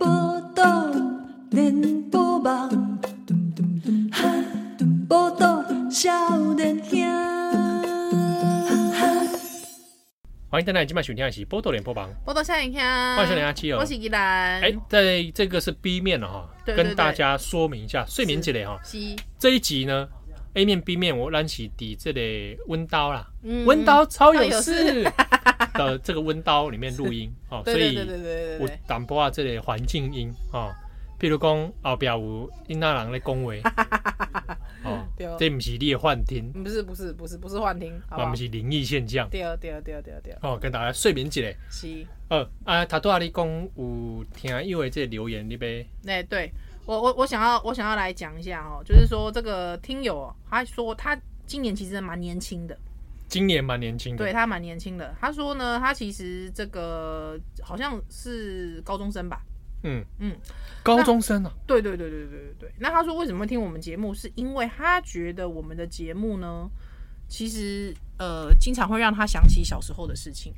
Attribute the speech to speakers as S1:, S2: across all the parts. S1: 报道连波网，报道少年兄。
S2: 欢迎大家今晚收听的是《波多连播榜》。
S3: 波多夏影香，
S2: 欢迎收听阿七哦
S3: 我是依兰。
S2: 哎，在这个是 B 面了哈，
S3: 对对
S2: 跟大家说明一下睡眠这类哈。
S3: 是，
S2: 这一集呢，A 面、B 面我咱是抵这类温刀啦，
S3: 嗯
S2: 温刀超有
S3: 超有
S2: 事 的这个温刀里面录 音哦，
S3: 对
S2: 所
S3: 对
S2: 以
S3: 对对对对
S2: 有
S3: 对，
S2: 淡薄啊这类环境音哦，比如讲后边有因那人咧恭维 哦
S3: 对，
S2: 这不是你的幻听，
S3: 嗯不是不是不是不是幻听，好不
S2: 啊
S3: 好
S2: 不？是灵异现象
S3: 对对对对对，
S2: 哦，跟大家睡眠这类。
S3: 是，
S2: 呃啊，塔多阿你讲有听友的这个留言，你呗，
S3: 哎，对我我我想要我想要来讲一下哦，就是说这个听友哦他说他今年其实蛮年轻的，
S2: 今年蛮年轻的，
S3: 对他蛮年轻的。他说呢，他其实这个好像是高中生吧，
S2: 嗯嗯
S3: 嗯，
S2: 高中生啊，
S3: 对对对对对对对。那他说为什么会听我们节目，是因为他觉得我们的节目呢，其实呃，经常会让他想起小时候的事情。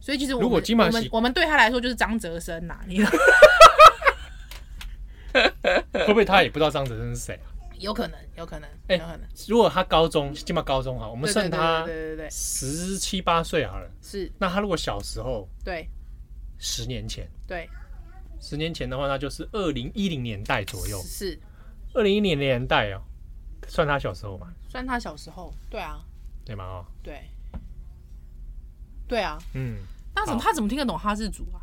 S3: 所以其实我们
S2: 如果今晚
S3: 我
S2: 喜
S3: 们我们对他来说就是张哲生呐、你
S2: 会不会他也不知道张哲生是谁啊？
S3: 有可能，有可能，
S2: 哎
S3: 有可能。
S2: 如果他高中，起码高中哈，我们
S3: 对
S2: 算
S3: 对对
S2: 他
S3: 对对对对，
S2: 十七八岁好了。
S3: 是，
S2: 那他如果小时候
S3: 对
S2: 十年前，
S3: 对
S2: 十年前的话，那就是二零一零年代左右，
S3: 是，
S2: 二零一零年代哦，算他小时候嘛，
S3: 算他小时候，对啊，
S2: 对吗？哦，
S3: 对，对啊。
S2: 嗯，
S3: 那怎么
S2: 好
S3: 他怎么听得懂哈日族啊？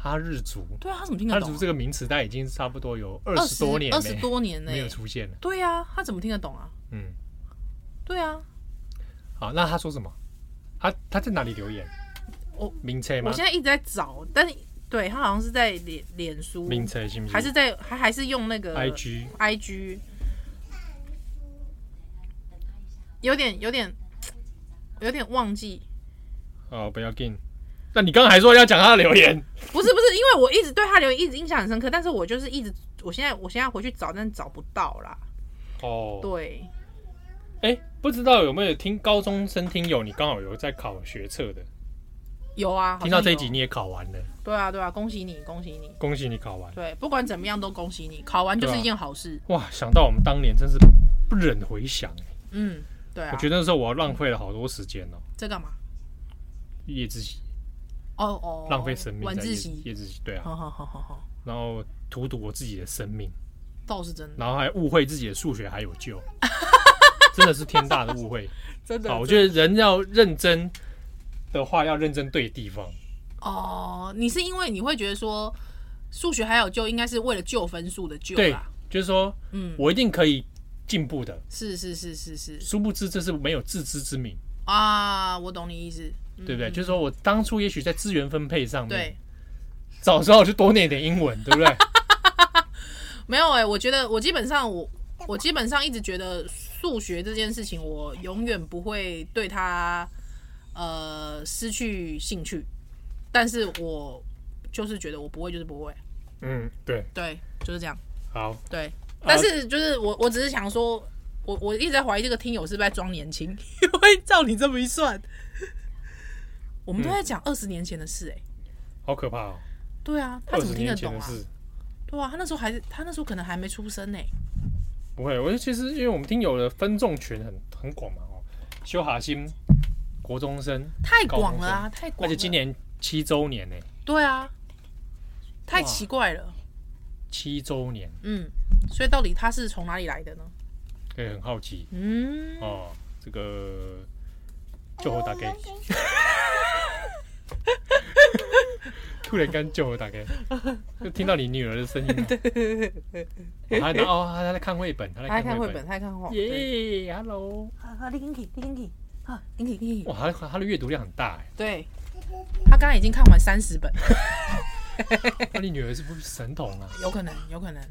S2: 哈日族，
S3: 对啊，他怎么听
S2: 哈日
S3: 得懂
S2: 族
S3: 啊、
S2: 这个名词，它已经差不多有二
S3: 二
S2: 十多年
S3: 二
S2: 没
S3: 十多年呢、
S2: 没有出现了，
S3: 对啊，他怎么听得懂啊？
S2: 嗯。
S3: 对啊，
S2: 好，那他说什么？他他在哪里留言？
S3: 我
S2: 名车吗
S3: 我？现在一直在找，但是对他好像是在脸脸书，
S2: 名车行不行？
S3: 还是在还还是用那个
S2: IG？
S3: IG，有点有点有点忘记，
S2: 哦，不要紧。那你刚刚还说要讲他的留言，
S3: 不是不是，因为我一直对他留言一直印象很深刻，但是我就是一直我现在我现在回去找，但找不到啦。
S2: 哦，
S3: 对，
S2: 哎、不知道有没有听高中生听友，你刚好有在考学测的，
S3: 有啊，好像
S2: 听到这一
S3: 有
S2: 集你也考完了，
S3: 对啊对啊，恭喜你恭喜你，
S2: 恭喜你考完。
S3: 对，不管怎么样都恭喜你，考完就
S2: 对
S3: 是
S2: 啊
S3: 一件好事。
S2: 哇，想到我们当年真是不忍回想、哎
S3: 嗯，对啊，
S2: 我觉得那时候我浪费了好多时间哦、
S3: 这干嘛？
S2: 夜自习
S3: 哦哦，
S2: 浪费生命
S3: 晚
S2: 在夜
S3: 自
S2: 自
S3: 习，
S2: 夜自习对啊，
S3: 好好好好好。
S2: 然后荼毒我自己的生命。
S3: 倒是真的，
S2: 然后还误会自己的数学还有 救，真的是天大的误会。
S3: 真
S2: 好，我觉得人要认真的话，要认真对地方。
S3: 哦，你是因为你会觉得说数学还有救，应该是为了救分数的救
S2: 对
S3: 啦。，
S2: 就是说
S3: 嗯，
S2: 我一定可以进步的。
S3: 是是是是是
S2: 殊不知这是没有自知之明，
S3: 啊，我懂你意思。嗯
S2: 对不对？就是说我当初也许在资源分配上面，
S3: 对，
S2: 早知道我就多念点英文，对不 对？
S3: 没有哎、我觉得我基本上我我基本上一直觉得数学这件事情，我永远不会对它呃失去兴趣，但是我就是觉得我不会就是不会，
S2: 嗯，对。
S3: 对，就是这样。
S2: 好，
S3: 对，
S2: 啊
S3: 但是就是我，我只是想说，我我一直在怀疑这个听友是不是在装年轻， 因为照你这么一算，我们都在
S2: 嗯
S3: 讲二十年前的事、欸，哎、
S2: 好可怕哦！
S3: 对啊，他
S2: 二
S3: 怎
S2: 十
S3: 么听得
S2: 年前
S3: 懂
S2: 的
S3: 啊？
S2: 事，
S3: 对啊，他那时候还是他那时候可能还没出生呢、欸
S2: 不会。我觉得其实因为我们听友的分众群很很广嘛，哦，修哈心、国中生，
S3: 太广了啊，太广
S2: 而
S3: 了，
S2: 且今年七周年呢、
S3: 对啊，太
S2: 哇
S3: 奇怪了，
S2: 七周年，
S3: 嗯，所以到底他是从哪里来的呢？
S2: 也很好奇
S3: 嗯，哎
S2: 哦。这个救火打给，突然间救火打 给，就听到你女儿的声音了。对，他哦，他在看绘本，他
S3: 他在
S2: 在
S3: 看绘本，
S2: 本。
S3: 他在看画，对
S2: 耶，Hello！
S3: 啊，你进去，你进去，啊，你进去，你进去，
S2: 哇，他他的阅读量很大哎，
S3: 对，他刚才已经看完三十本。
S2: 哎 那你女儿是不是神童啊？
S3: 有可能，有可能，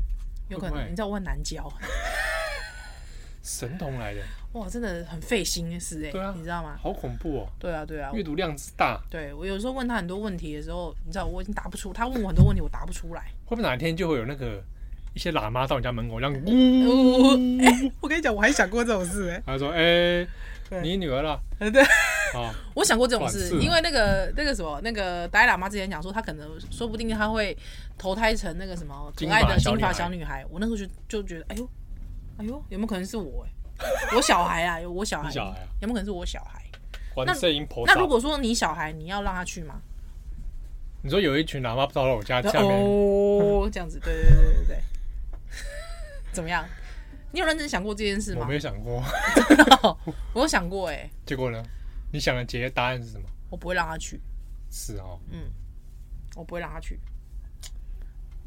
S3: 有可
S2: 会不会
S3: 能。你知道我很难教，
S2: 神童来的，
S3: 哇，真的很费心思哎、
S2: 对啊
S3: 你知道吗？
S2: 好恐怖哦！
S3: 对啊，对啊。
S2: 阅读量之大，
S3: 对我有时候问他很多问题的时候，你知道我已经答不出，他问我很多问题我答不出来。
S2: 会不会哪天就会有那个一些喇嘛到你家门口，这样咕，
S3: 我 哎，我跟你讲，我还想过这种事哎、
S2: 他就说：“哎、
S3: 对
S2: 你女儿啦
S3: 呃 对，
S2: 啊，
S3: 我想过这种
S2: 反
S3: 事
S2: 噬，啊
S3: 因为那个那个什么，那个达赖喇嘛之前讲说，他可能说不定他会投胎成那个什么可爱的
S2: 金发小
S3: 金
S2: 女孩
S3: 发小女孩。我那时候就就觉得，哎呦，哎呦，有没有可能是我、哎， 我小孩啊，有我小孩，
S2: 你小孩啊
S3: 有没有可能是我小孩？
S2: 观世音菩萨。”
S3: 那如果说你小孩，你要让他去吗？
S2: 你说有一群喇嘛到了我家下面，
S3: 哦，这样子，对对对对对，怎么样？你有认真想过这件事
S2: 我
S3: 吗
S2: 没？有想过，
S3: 我有想过、哎，
S2: 结果呢？你想的解决答案是什么？
S3: 我不会让他去，
S2: 是哦，
S3: 我不会让他去。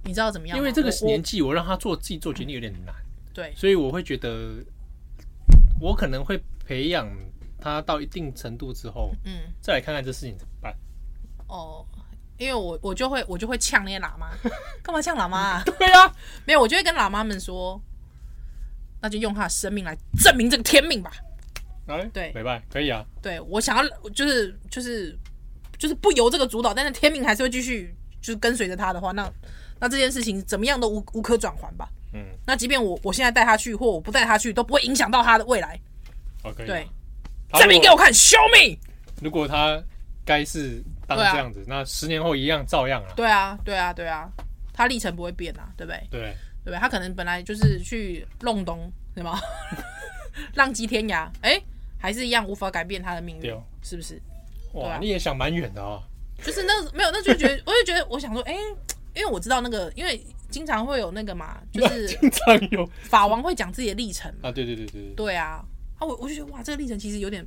S3: 你知道怎么样吗？
S2: 因为这个
S3: 我我
S2: 年纪，我让他做自己做决定有点难，
S3: 对，
S2: 所以我会觉得，我可能会培养他到一定程度之后，
S3: 嗯。
S2: 再来看看这事情怎么办。
S3: 哦，因为我我就会我就会呛那些喇嘛， 干嘛呛喇嘛、啊？
S2: 对啊，
S3: 没有，我就会跟喇嘛们说，那就用他的生命来证明这个天命吧。
S2: 来，
S3: 对
S2: 哎拜拜，可以啊，
S3: 对我想要就是就是就是不由这个主导，但是天命还是会继续就是跟随着他的话，那那这件事情怎么样都无无可转还吧。
S2: 嗯，
S3: 那即便我我现在带他去，或我不带他去，都不会影响到他的未来。
S2: 好，可以啊。
S3: 对，
S2: 他如果
S3: 证明给我看，show me。
S2: 如果他该是当
S3: 对啊
S2: 这样子，那十年后一样照样啊。
S3: 对啊，对啊，对啊，他历程不会变啊，对不对？
S2: 对，
S3: 对不对？他可能本来就是去弄东，对吗？ 浪迹天涯，哎、还是一样无法改变他的命
S2: 对
S3: 运
S2: 哦，
S3: 是不是？对
S2: 哇，
S3: 啊
S2: 你也想蛮远的啊。
S3: 就是那没有，那就觉得，我就觉得，我想说，哎、因为我知道那个，因为经常会有那个嘛，就是
S2: 经常有
S3: 法王会讲自己的历程嘛，
S2: 啊，对对对对对，
S3: 对啊，啊，我我就觉得哇，这个历程其实有点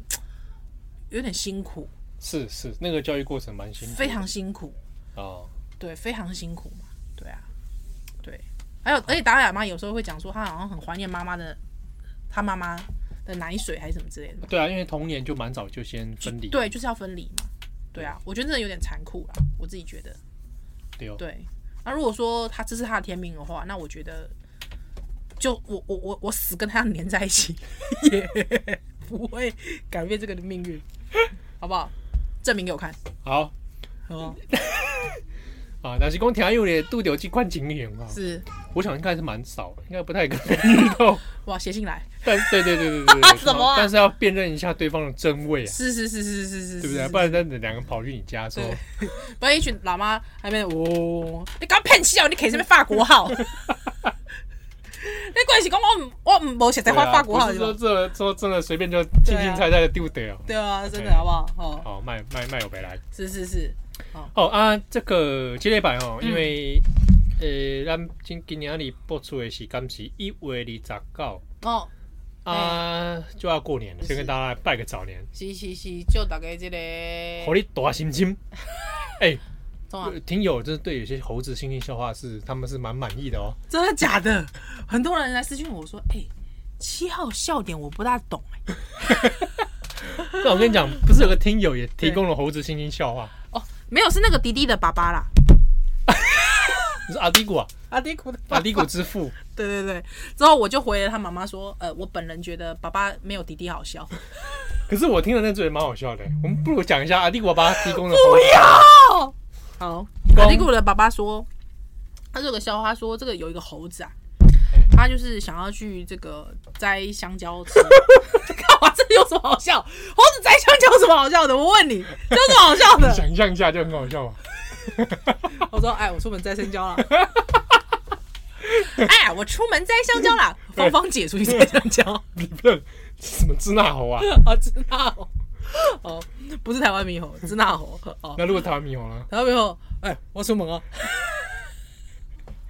S3: 有点辛苦，
S2: 是是，那个教育过程蛮辛苦的，
S3: 非常辛苦，
S2: 啊，
S3: 对，非常辛苦嘛，对啊，对，还有而且达赖喇嘛有时候会讲说，他好像很怀念妈妈的，他妈妈的奶水还是什么之类的。
S2: 对啊，因为童年就蛮早就先分离，
S3: 对，就是要分离嘛。对啊，我觉得真的有点残酷啦，我自己觉得。
S2: 对哦，
S3: 对，那如果说他这是他的天命的话，那我觉得就我我我我死跟他 黏在一起也不会改变这个的命运，好不好？证明给我看，
S2: 好
S3: 好不好？
S2: 啊，但是光听有点杜柳这款情形啊，
S3: 是，
S2: 我想应该是蛮少，应该不太可能遇 到，
S3: 哇，写信来，
S2: 但对对对对对 对，
S3: 什么啊
S2: 但是要辨认一下对方的真伪啊，
S3: 是是是是是是，啊
S2: 对不
S3: 是
S2: 对？
S3: 是
S2: 不然那两个跑去你家说，
S3: 不然一群喇嘛还没哦，你搞骗笑，你可以什么法 国号？ 你关系讲我唔我唔无实在
S2: 对
S3: 法
S2: 啊，
S3: 法国号
S2: 不是
S3: 是吧
S2: 说这说真的随便就轻轻菜菜的丢得哦，
S3: 对啊，真的
S2: 对
S3: 好不好？哦，
S2: 好卖卖卖我回来。
S3: 是是是，
S2: 哦啊，这个这礼拜哦，因为、呃，咱今今年里播出的时间是一月二十九
S3: 哦，
S2: 啊，
S3: 哎
S2: 就要过年了，先跟大家拜个早年，
S3: 是是是，就大概这
S2: 猴
S3: 个，
S2: 力大心 心。哎、
S3: 怎么
S2: 听友就是对有些猴子星星笑话是他们是蛮满意的 哦。
S3: 真的假的？很多人来私信我说，哎、七号笑点我不大懂、哎
S2: 那我跟你讲，不是有个听友也提供了猴子星星笑话，
S3: 哦，没有，是那个迪迪的爸爸啦，
S2: 你是阿迪古 啊，
S3: 阿迪古的
S2: 阿迪古之父，
S3: 对对对，之后我就回了他妈妈说，呃，我本人觉得爸爸没有迪迪好笑，
S2: 可是我听了那句也蛮好笑的。我们不如讲一下阿迪古爸爸提 供的猴子。
S3: 好，
S2: 公
S3: 阿迪古的爸爸说，他这个笑话他说，这个有一个猴子啊，他就是想要去这个摘香蕉吃。 干嘛？这有什么好笑？猴子摘香蕉有什么好笑的？我问你，这有什么好笑的？
S2: 想象一下就很好笑啊。
S3: 我说，哎，我出门摘香蕉了。 哎，我出门摘香蕉啦！芳芳姐出去摘香 蕉，
S2: 你不要什么支那猴啊？
S3: 好知道哦，不是台湾猕猴，是那猴哦。
S2: 那如果台湾猕猴呢？
S3: 然后没有，哎，我出门哦。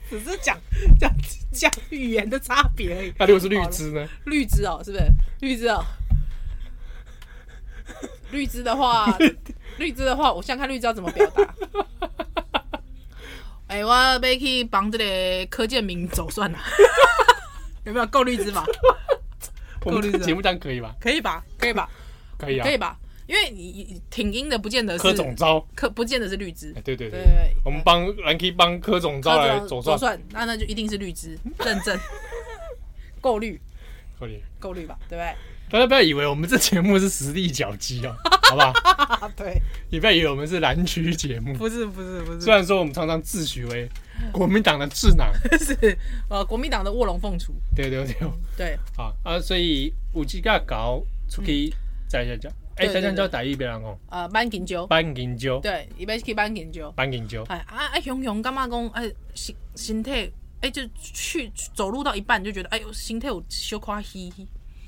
S3: 只是讲讲讲语言的差别而已。
S2: 那如果是绿枝呢？
S3: 绿枝哦，是不是？绿枝哦，绿枝的 话，绿枝的话，我想看绿枝要怎么表达。 哎、我要去帮这个柯建明走算 了，有没有够绿枝吧？
S2: 我们
S3: 绿枝啊
S2: 节目这样可以吧？
S3: 可以吧？可以吧？
S2: 可以啊，
S3: 可以吧？因为你你挺音的，不见得是
S2: 柯总招，
S3: 柯不见得是绿枝
S2: 哎，，对对
S3: 对对对
S2: 我们帮 Lanky 帮柯总招来
S3: 柯
S2: 走算，
S3: 总算，嗯那那就一定是绿枝，认证 够绿
S2: 可以。
S3: 够绿吧？对不对？
S2: 大家不要以为我们这节目是实力角击哦， 好不好？
S3: 啊，对，
S2: 你不要以为我们是蓝区节目。
S3: 不是不是不是
S2: 虽然说我们常常自诩为国民党的智 囊，
S3: 是呃国民党的卧龙凤雏，
S2: 对对对，
S3: 对，
S2: 啊啊，所以有几个搞出去在香蕉，哎，
S3: 嗯对
S2: 在
S3: 对
S2: 香蕉
S3: 对
S2: 台语别人哦讲
S3: 呃班研究，
S2: 板金蕉，
S3: 对，伊要去班研究，
S2: 板金蕉，
S3: 哎啊啊熊熊干嘛讲哎身身体哎就去走路到一半就觉得哎呦心态有小夸稀，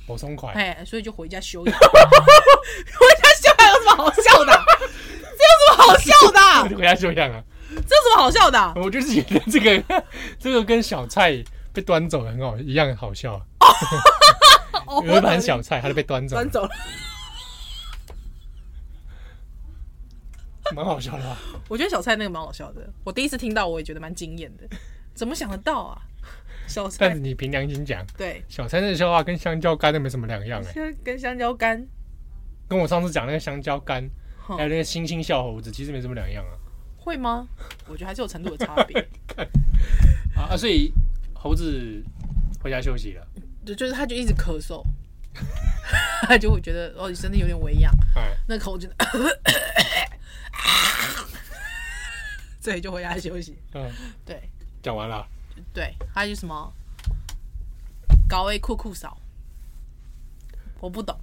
S2: 我松快，
S3: 哎所以就回家休养，回家休养有什么好笑的啊？这有什么好笑的啊？
S2: 回家休养啊。
S3: 这有什么好笑的啊？
S2: 我就是觉得这个 这个跟小菜被端走很好一样好笑啊，
S3: 哦
S2: 有一盘小菜，它就被端走了
S3: 端，走了。
S2: 蛮好笑的啊吧？
S3: 我觉得小蔡那个蛮好笑的，我第一次听到我也觉得蛮惊艳的，怎么想得到啊？小
S2: 但
S3: 蔡
S2: 是你凭良心讲，
S3: 对，
S2: 小菜那个笑话跟香蕉干都没什么两样哎、
S3: 现在跟香蕉干，
S2: 跟我上次讲那个香蕉干，
S3: 哼
S2: 还有那个星星笑猴子，其实没什么两样啊。
S3: 会吗？我觉得还是有程度的差别，
S2: 啊啊，所以猴子回家休息了。
S3: 就就是他就一直咳嗽， 他就会觉得哦，你身体有点微恙，
S2: 哎，
S3: 那口就，所以就回家休息。
S2: 嗯，
S3: 对
S2: 讲完了。
S3: 对，还有什么高 A 酷酷嫂，我不懂，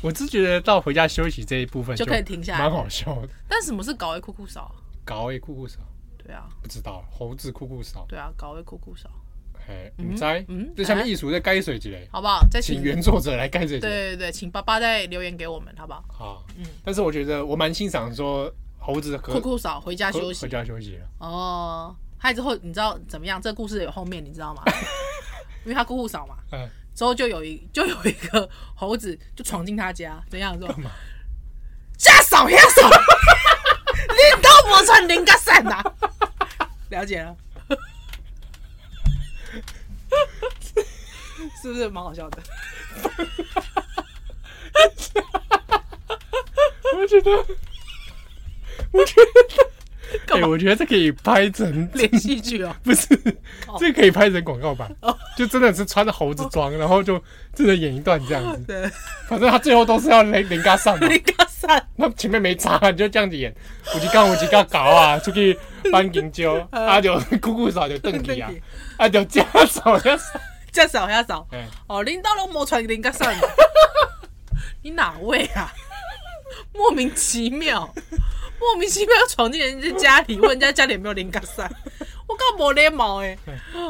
S2: 我是觉得到回家休息这一部分
S3: 就可以停下来
S2: 蛮好笑的。
S3: 但什么是高 A 酷酷嫂啊？
S2: 搞诶，酷酷少，
S3: 对啊，
S2: 不知道猴子酷酷少，
S3: 对啊，高 A 酷酷嫂。
S2: 嘿，你猜？
S3: 嗯
S2: 这下面艺术在该水几嘞？
S3: 好不好？再请
S2: 请原作者来盖这些
S3: 对对对，请爸爸再留言给我们，好不好？
S2: 啊。但是我觉得我蛮欣赏说猴子和
S3: 酷酷嫂呃回家休
S2: 和
S3: 息
S2: 回家休息了。
S3: 哦。还之后你知道怎么样？这个故事有后面，你知道 吗？因为他酷酷嫂嘛，
S2: 嗯，
S3: 之后就有一就有一个猴子就闯进他家，怎样说？
S2: 嘛
S3: 下手下手， 你都不穿零个伞呐？啊了 解了，是不是蛮好笑的？
S2: 我觉得， 我觉得，
S3: 干嘛
S2: 哎我觉得这可以拍成
S3: 连戏剧哦，
S2: 不是，这可以拍成广告版，就真的是穿着猴子装，然后就真的演一段这 样子。
S3: 对，
S2: 反正他最后都是要零零嘎上嘛，
S3: 零个伞，
S2: 那前面没插，你就这样子演，五级杠五级杠搞啊，出去搬香 蕉，啊就姑姑嫂就瞪你啊
S3: 嗯瞪你，
S2: 啊就家嫂家 嫂，
S3: 下手下手。
S2: 哎，
S3: 哦，领导都没传给人家上， 你哪位啊？莫名其妙，莫名其妙要闯进人家家里，问人家家里有没有零嘎散，我搞没礼貌哎！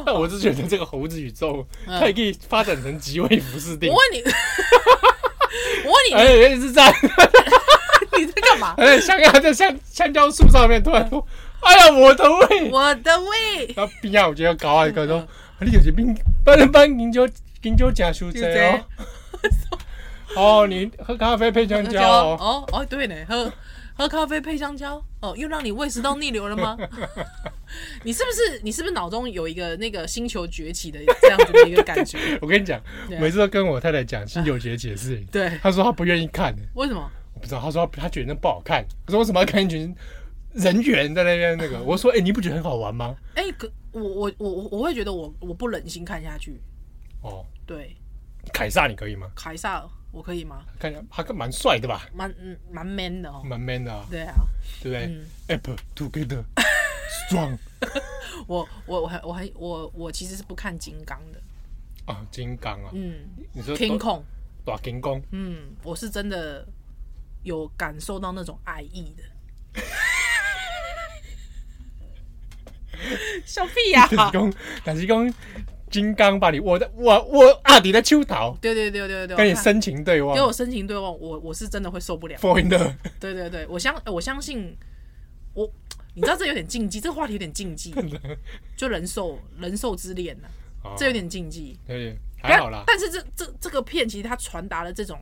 S2: 但我是觉得这个猴子宇宙，它也可以发展成极为不适定
S3: 嗯我。问你， 我问你，
S2: 哎，原来是这样，
S3: 你在干嘛？
S2: 哎，香蕉在香香蕉树上面突然说：“哎呀，我的胃。”
S3: 我嗯的胃，
S2: 然后边啊仔有一个狗仔，伊讲说，啊你就是冰班班饮酒饮酒加蔬菜哦。 哦，你喝咖啡配香蕉哦。
S3: 哦哦对呢，喝喝咖啡配香蕉，哦，又让你胃食道逆流 了吗？你是不是你是不是脑中有一个那个星球崛起的这样子的一个感觉？
S2: 我跟你讲，
S3: 对啊
S2: 每次都跟我太太讲新九节解释，
S3: 对，
S2: 她说她不愿意看，
S3: 为什么？
S2: 我不知道，她说她她觉得那不好看。我说为什么要看一群人员在那边那个？我说哎，你不觉得很好玩吗？
S3: 哎、可我我我我我会觉得我我不忍心看下去。
S2: 哦，
S3: 对，
S2: 凯撒你可以吗？
S3: 凯撒我可以吗？
S2: 看起来他蛮帅的吧，
S3: 蛮嗯蛮 man 的哦。
S2: 蛮 man 的啊，
S3: 对啊，
S2: 对不对？App together strong
S3: 我我我很我很我我其实是不看金刚的，
S2: 啊，金刚啊，
S3: 嗯，
S2: 你说
S3: 天空，
S2: 大金刚。
S3: 嗯，我是真的有感受到那种爱意的。 小屁啊 呀、
S2: 就是讲，但是讲金刚把你握在握握阿迪的手头，
S3: 对对对对对，
S2: 跟你
S3: 我看
S2: 深情对望
S3: 给我深情对望，我我是真的会受不了。
S2: ，for in the
S3: 对对对，我相呃我相信我，你知道这有点禁忌，这个话题有点禁 忌，就人兽人兽之恋呢、
S2: 哦
S3: 这有点禁忌。
S2: 有点还好啦，
S3: 但是这这这个片其实它传达了这种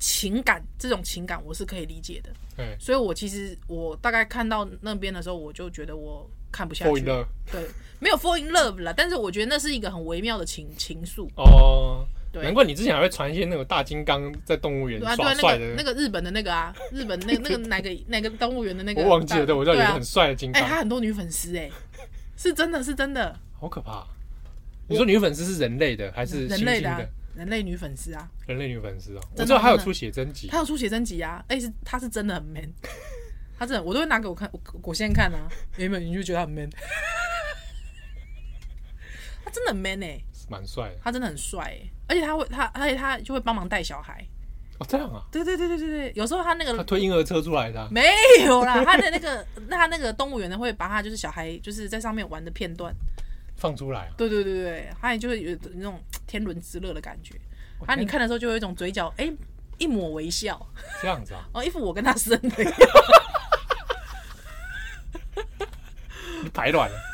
S3: 情感，这种情感我是可以理解的。
S2: 对
S3: 所以我其实我大概看到那边的时候，我就觉得我看不下
S2: ，for in。
S3: 去
S2: the
S3: 对，没有 fall in love 啦，但是我觉得那是一个很微妙的情情愫。
S2: 哦，
S3: 对
S2: 难怪你之前还会传一些那种大金刚在动物园
S3: 对啊，对
S2: 耍
S3: 啊，
S2: 帅
S3: 那个那
S2: 的，
S3: 个日本的那个啊，日本那个那个哪个哪个动物园的那个，
S2: 我忘记了，对，我知道有
S3: 对
S2: 一个
S3: 啊
S2: 很帅的金
S3: 哎、他
S2: 刚，
S3: 很多女粉丝哎、是真的是真的，
S2: 好可怕。啊你说女粉丝是人类的还是猩
S3: 人类
S2: 猩
S3: 的、啊
S2: 的？、
S3: 人类女粉丝啊，
S2: 人类女粉丝啊，我
S3: 真的
S2: 知道还有
S3: 真的
S2: 出写真集
S3: 她有出写真集啊，哎、是她是真的很 man，他真的，我都会拿给我看，我我先看啊。原本你就觉得他很 man，他真的很 man 哎、
S2: 蛮帅的
S3: 他真的很帅哎、而且他会他，而且他就会帮忙带小孩。
S2: 哦，这样啊，
S3: 对对对对对对，有时候他那
S2: 他
S3: 个
S2: 推婴儿车出来的啊、
S3: 没有啦，他的那个 那他那个动物园呢，会把他就是小孩就是在上面玩的片段，
S2: 放出来啊，
S3: 对对对对，他也就会有那种天伦之乐的感觉。啊，
S2: 哎
S3: 你看的时候就有一种嘴角哎、一抹微笑，
S2: 这样子啊，
S3: 哦，一副我跟他生的一样。
S2: 你排卵了，
S3: 啊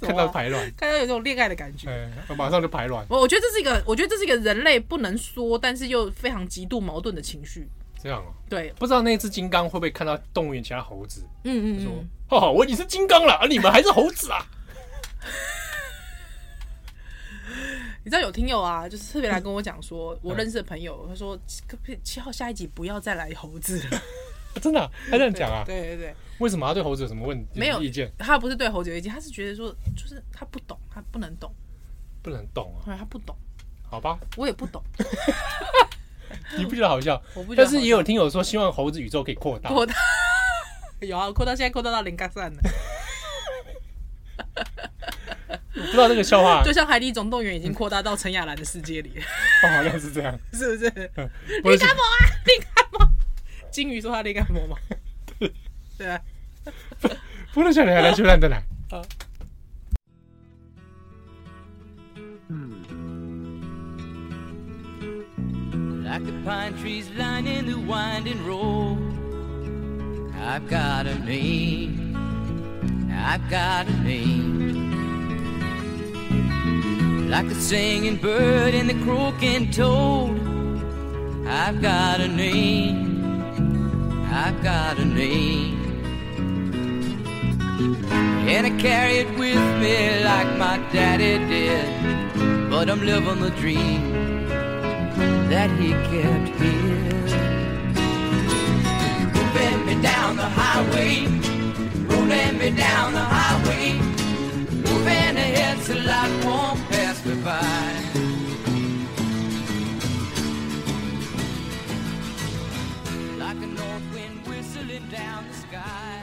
S2: 看到排卵，
S3: 看到有种恋爱的感觉。
S2: 哎、我马上就排卵，
S3: 我我觉得这是一个，我觉得这是一个人类不能说，但是又非常极度矛盾的情绪。
S2: 这样哦、
S3: 对，
S2: 不知道那只金刚会不会看到动物园其他猴子，
S3: 嗯嗯
S2: 说
S3: 嗯，：“
S2: 哈哈，我已经是金刚了，而你们还是猴子 啊
S3: 你知道有听友啊，就是特别来跟我讲说，我认识的朋友，他说可不可以七号下一集不要再来猴子 了。！”
S2: 真的啊、他这样讲啊？
S3: 对对对，
S2: 为什么他对猴子有什么问题？
S3: 没有
S2: 意见，
S3: 他不是对猴子有意见，他是觉得说，就是他不懂，他不能懂，
S2: 不能懂啊？
S3: 他不懂，
S2: 好 吧，
S3: 我也不懂，
S2: 你不觉得好笑？
S3: 我不觉得
S2: 但是也有听友说，希望猴子宇宙可以扩大。
S3: 扩大。 有啊，扩到现在扩大到零杠三了，
S2: 我不知道这个笑 话，
S3: 就像《海底总动员》已经扩大到陈雅兰的世界里了，
S2: 哦，好像是这样。
S3: 是不是？
S2: 不是，
S3: 力按摩，金鱼说他力按摩嘛，对啊，
S2: 不能笑来来，就烂的来。
S4: like the pine trees lining the winding road. I've got a name, I've got a name. Like the singing bird and the croaking toad. I've got a name, I've got a name. And I carry it with me like my daddy did. But I'm living the dream that he kept here. Moving me down the highway, rolling me down the highway, moving ahead so life won't pass me by. Like a north wind whistling down the sky,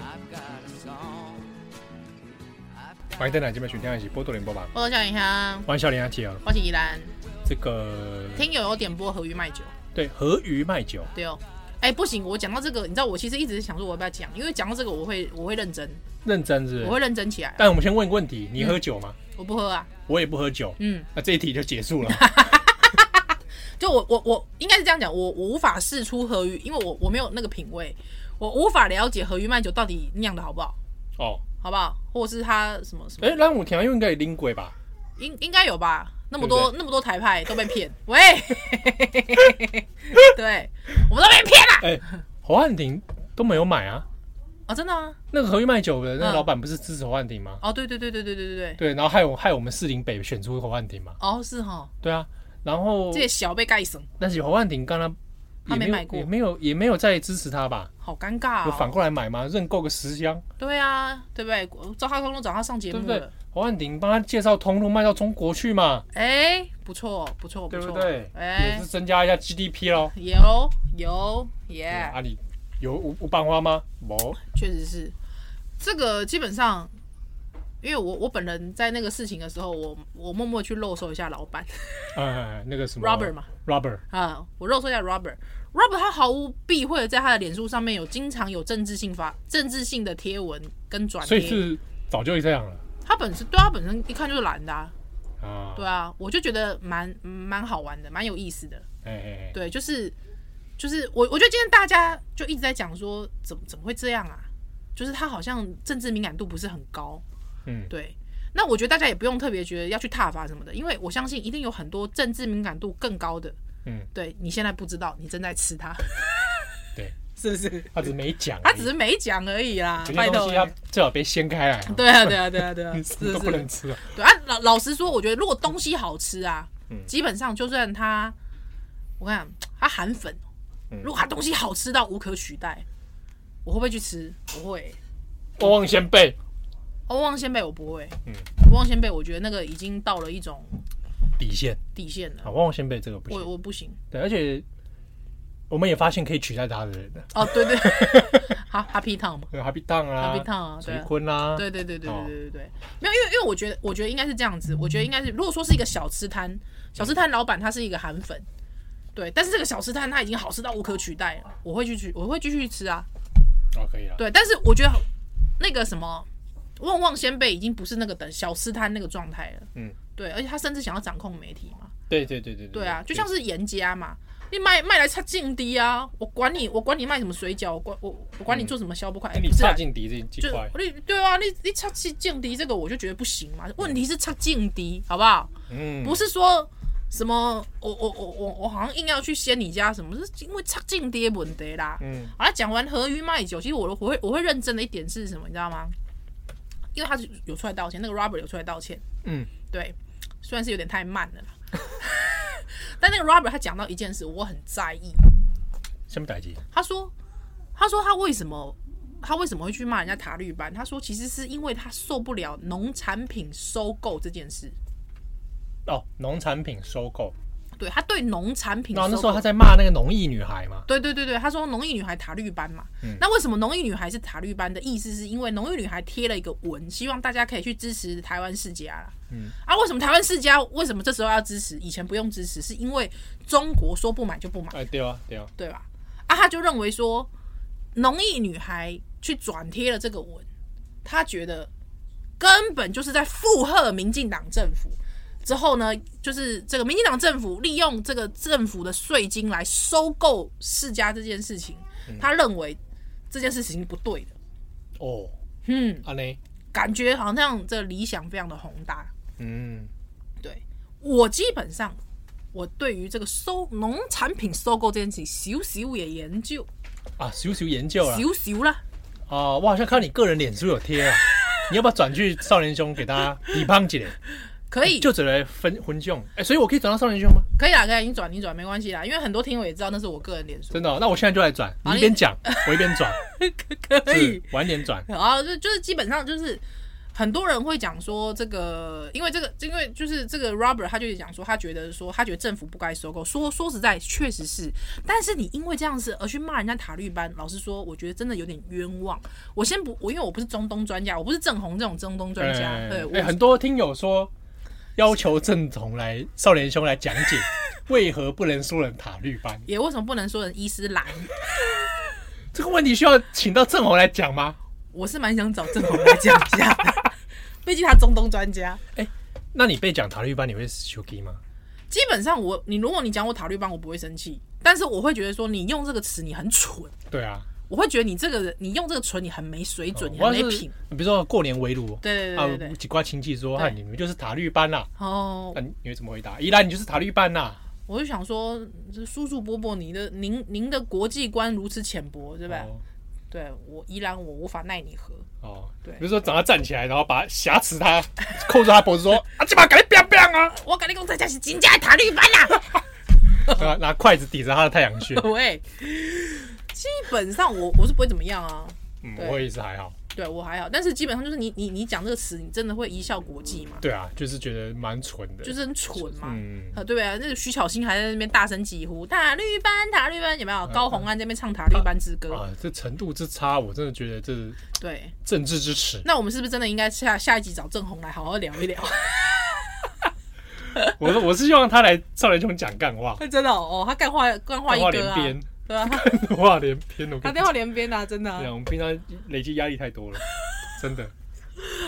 S4: I've got a song. I've got
S2: 欢迎登来这边收听的是《波多连播吧
S3: 我都想一下，》，啊
S2: 欢迎笑脸阿铁儿。
S3: 我是宜兰，
S2: 这个
S3: 听友有点播和鱼卖酒，
S2: 对河鱼卖酒，
S3: 对哦。哎、不行，我讲到这个，你知道我其实一直想说我要不要讲，因为讲到这个我会我会认真，
S2: 认真是
S3: 我
S2: 不
S3: 会
S2: 是。
S3: 认真起来啊。
S2: 但我们先问一个问题：你喝酒吗？
S3: 我不喝啊，
S2: 我也不喝酒。
S3: 嗯，
S2: 那这一题就结 束了。
S3: 就我我我应该是这样讲，我我无法试出和鱼，因为我我没有那个品味，我无法了解和鱼卖酒到底酿的好不好，
S2: 哦，
S3: 好不好，或者是它什么什么，
S2: 哎，让我听，因为应该也拎过吧？
S3: 应应该有吧？那么
S2: 对
S3: 多
S2: 不
S3: 那么多台派都被骗，喂， 对，我们都被骗了
S2: 哎，侯汉廷都没有买啊。
S3: 啊、真的啊，
S2: 那个合约卖酒的那个
S3: 嗯
S2: 老板不是支持侯汉廷吗？
S3: 哦，对对对对对对对对，
S2: 对，然后害我害我们士林北选出侯汉廷嘛。
S3: 哦是哈，
S2: 对啊，然后
S3: 这些小被盖死，
S2: 但是侯汉廷刚刚
S3: 他
S2: 也
S3: 没
S2: 有
S3: 买过
S2: 也没有也没有再支持他吧？
S3: 好尴尬、
S2: 有反
S3: 哦。
S2: 过来买吗？认购个十箱，
S3: 对啊，对不对？我赵浩东都找他上节
S2: 对
S3: 目
S2: 不对
S3: 了，？
S2: 侯汉廷帮他介绍通路卖到中国去嘛，
S3: 哎、不错不错不
S2: 对
S3: 错，
S2: 不对？也
S3: 哎、
S2: 是增加一下 GDP 咯。
S3: 有有耶。
S2: 对啊，你有有有办花吗？没，
S3: 确实是，这个基本上，因为我我本人在那个事情的时候，我我默默去肉搜一下老板
S2: 哎，那个什么
S3: Robert 嘛，
S2: ，Robert，
S3: 啊，我肉搜一下 Robert。Robert 他毫无避讳的在他的脸书上面有经常有政治性发政治性的贴文跟转
S2: 所以
S3: 贴，
S2: 是早就这样了
S3: 他本身对他本身一看就是懒的、啊，
S2: 啊。
S3: 对啊，我就觉得蛮蛮好玩的，蛮有意思的，
S2: 哎哎哎，
S3: 对，就是就是我我觉得今天大家就一直在讲说怎么怎么会这样啊，就是他好像政治敏感度不是很高，
S2: 嗯，
S3: 对，那我觉得大家也不用特别觉得要去挞伐什么的，因为我相信一定有很多政治敏感度更高的。
S2: 嗯，
S3: 对你现在不知道，你正在吃它，
S2: 对，
S3: 是不是？
S2: 他只是没讲而已，
S3: 他只是没讲而已啦，
S2: 有
S3: 拜
S2: 些东
S3: 托
S2: 西
S3: 欸。
S2: 它最好别掀开来啊，
S3: 对啊，对啊，对啊，对啊， 是
S2: 都
S3: 不
S2: 不能
S3: 是？
S2: 吃啊。
S3: 对啊，老老实说，我觉得如果东西好吃啊，
S2: 嗯
S3: 基本上就算它，我看它含粉，
S2: 嗯
S3: 如果它东西好吃到无可取代，我会不会去吃？不会欸、
S2: 旺旺仙贝
S3: 欧旺仙贝我不会，
S2: 嗯
S3: 嗯，欧旺仙贝我觉得那个已经到了一种
S2: 底线
S3: 底线
S2: 啊，
S3: 了，
S2: 旺旺仙贝这个不
S3: 我
S2: 行。
S3: 我不行。
S2: 对，而且我们也发现可以取代他的人了，
S3: 哦， 对对，哈 Happy Town 嘛，
S2: 有 Happy Down 啊
S3: Happy Town 啊
S2: 徐
S3: 对啊
S2: 坤啦，
S3: 对对对对
S2: 哦
S3: 对对对对，没有，因为因为我觉得，我觉得应该是这样子，我觉得应该是，如果说是一个小吃摊，小吃摊老板他是一个韩粉，对，但是这个小吃摊他已经好吃到无可取代了，我会去去，我会继续吃啊，
S2: 哦可以了，
S3: 对，但是我觉得那个什么旺旺仙贝已经不是那个等小吃摊那个状态了，
S2: 嗯，
S3: 对，而且他甚至想要掌控媒体嘛，
S2: 对对对对
S3: 对啊，就像是严家嘛。你卖卖来差劲低啊！我管你，我管你卖什么水饺，我管我我管你做什么消不快，哎
S2: 哎你
S3: 不是啊
S2: 差劲敌这
S3: 就
S2: 这块，
S3: 你对啊，你你插进劲敌这个我就觉得不行嘛。问题是插劲敌好不好？
S2: 嗯，
S3: 不是说什么我我我我我好像硬要去掀你家什么，是因为插劲敌的问题啦。
S2: 嗯
S3: 好了，讲完和鱼卖酒，其实我我会我会认真的一点是什么，你知道吗？因为他是有出来道歉，那个 Robert 有出来道歉，
S2: 嗯，
S3: 对，虽然是有点太慢了啦。 但那个 Robert 他讲到一件事，我很在意，
S2: 什么代志？
S3: 他说，他说他为什么他为什么会去骂人家塔绿班？他说其实是因为他受不了农产品收购这件事。
S2: 哦，农产品收购，
S3: 对他对农产品收
S2: 然
S3: 购，
S2: 后那时候他在骂那个农艺女孩嘛，
S3: 对对对对，他说农艺女孩塔绿班嘛。
S2: 嗯
S3: 那为什么农艺女孩是塔绿班的意思？是因为农艺女孩贴了一个文，希望大家可以去支持台湾世家啦。嗯啊，为什么台湾世家为什么这时候要支持？以前不用支持，是因为中国说不买就不买。
S2: 哎对啊对啊，
S3: 对吧？啊，他就认为说，农艺女孩去转贴了这个文，他觉得根本就是在附和民进党政府。之后呢，就是这个民进党政府利用这个政府的税金来收购世家这件事情，他认为这件事情不对的。
S2: 哦，
S3: 嗯，
S2: 阿内，
S3: 感觉好像这理想非常的宏大。
S2: 嗯，
S3: 对我基本上，我对于这个收农产品收购这件事情，小小也研究，
S2: 啊，小小研究了
S3: 小小啦。
S2: 啊，我好像看你个人脸书有贴 啊，你要不要转去少年兄给大家比胖几嘞？
S3: 可以，
S2: 就只来分婚众，哎、所以我可以转到少年兄吗？
S3: 可以啦，可以，啊你转你转没关系啦，因为很多听友也知道那是我个人脸书，
S2: 真的哦、那我现在就来转，
S3: 好
S2: 你一边 讲，我一边转，
S3: 可
S2: 是。晚一点转，
S3: 然后就就是基本上就是很多人会讲说这个，因为这个，因为就是这个 Robert 他就是讲说，他觉得说他觉得政府不该收购，说说实在确实是，但是你因为这样子而去骂人家塔利班，老实说，我觉得真的有点冤枉。我先不，我因为我不是中东专家，我不是郑红这种中东专家，
S2: 哎
S3: 对，我、
S2: 哎很多听友说要求正统来少年兄来讲解为何不能说人塔绿班
S3: 也为什么不能说人伊斯兰？
S2: 这个问题，需要请到正红来讲吗？
S3: 我是蛮想找郑红来讲一下的，毕竟他中东专家。
S2: 那你被讲塔绿班，你会羞 k 吗？
S3: 基本上我你如果你讲我塔利班，我不会生气，但是我会觉得说你用这个词你很蠢，
S2: 对啊，
S3: 我会觉得你这个人你用这个蠢你很没水准，你
S2: 哦我
S3: 很
S2: 要
S3: 没
S2: 是
S3: 品。
S2: 比如说过年围炉，
S3: 对对对对
S2: 啊
S3: 对，
S2: 几瓜亲戚说，
S3: 对
S2: 啊，你们就是塔绿班啦，
S3: 哦
S2: 那、，你你会怎么回答？依然你就是塔绿班啊啦，
S3: 我就想说，这叔叔伯伯，你的您您的国际观如此浅薄，
S2: 对
S3: 对吧？对我依然我无法奈你何。
S2: 哦，
S3: 对
S2: 比如说找他站起来，然后把挟持他， 扣住他脖子说：“啊，这把赶紧不要不要啊
S3: 我跟你讲，这家是金家塔利班啦、！”
S2: 然啊后拿筷子抵着他的太阳 穴。
S3: 啊喂，基本上我我是不会怎么样啊。
S2: 嗯，
S3: 对
S2: 我也是还好。
S3: 对我还好，但是基本上就是你你你讲这个词，你真的会贻笑国际嘛？
S2: 对啊，就是觉得蛮蠢的。
S3: 就是很蠢嘛。
S2: 嗯
S3: 啊，对啊，那个徐巧芯还在那边大声疾呼“塔绿班，塔绿班”，有没有？高洪安这边唱《塔绿班之歌》
S2: 嗯啊，这程度之差，我真的觉得这是
S3: 对，。
S2: 政治之耻
S3: 那我们是不是真的应该下下一集找郑红来好好聊一聊？
S2: 我是我是希望他来少年兄讲干话，
S3: 真的哦，哦他干话干话
S2: 干
S3: 一
S2: 话
S3: 哥
S2: 连
S3: 啊，
S2: 篇，
S3: 对啊，
S2: 干话连篇。 我
S3: 他
S2: 跟你
S3: 电话连篇啊，真的啊、
S2: 讲，我们平常累积压力太 多了，真的。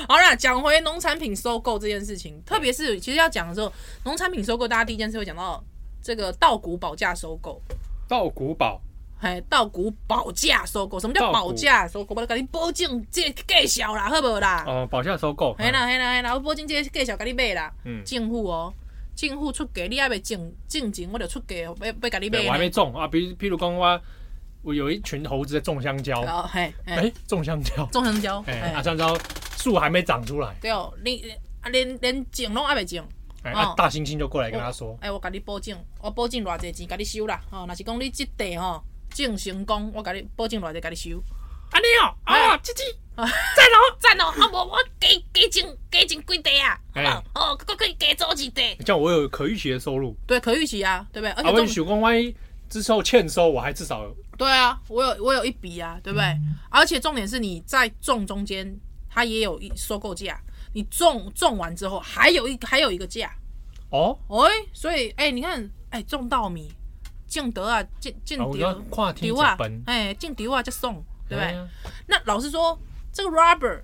S3: 好啦，讲回农产品收购这件事情，特别是其实要讲的时候，农产品收购，大家第一件事会讲到这个稻谷保价收购。
S2: 稻谷堡
S3: 哎，稻谷保价收购，什么叫
S2: 稻谷
S3: 保价收购？我都跟你保证这介绍啦，好不好啦？
S2: 哦，保价收购。
S3: 嘿啦嘿啦嘿啦，我保证这介绍甲你买啦。
S2: 嗯
S3: 政府哦，政府出价，你还未挣挣钱，我就出价，要要甲你买
S2: 对，
S3: 呢。
S2: 我还没种啊。比譬如讲我我有一群猴子在种香蕉，
S3: 哦，嘿，
S2: 哎
S3: 哎，，
S2: 种香蕉，
S3: 种香蕉，
S2: 哎，啊，
S3: 哎，
S2: 香蕉树还没长出来，
S3: 对哦，你啊连连种拢还未种。
S2: 哎，啊
S3: 哦
S2: 大猩猩就过来跟他说，
S3: 哎，我甲你保证，我保证偌济钱甲你收啦。哦，若是讲你即块吼种成功，我甲你保证偌济甲你收。
S2: 啊你哦，
S3: 哎
S2: 啊鸡鸡，
S3: 赞哦，赞哦，啊无我加加种加种几块啊，好不好
S2: 哎？
S3: 哦，佫可以加做一块。
S2: 这样我有可预期的收入。
S3: 对，可预期啊，对不对？
S2: 啊，
S3: 而且
S2: 我
S3: 重
S2: 许光万一之后欠收，我还至少
S3: 对啊，我有我有一笔啊，对不对？
S2: 嗯
S3: 而且重点是你在种中间，它也有一收购价，你种种完之后还有一还有一个价，
S2: 哦，
S3: 哎、所以哎、你看，哎、种稻米，种得啊，种
S2: 啊
S3: 种
S2: 我
S3: 丢
S2: 刚跨天
S3: 丢
S2: 一
S3: 啊
S2: 本，
S3: 哎、种丢啊就送，对不
S2: 哎
S3: 对？
S2: 呀
S3: 那老实说，这个 Robert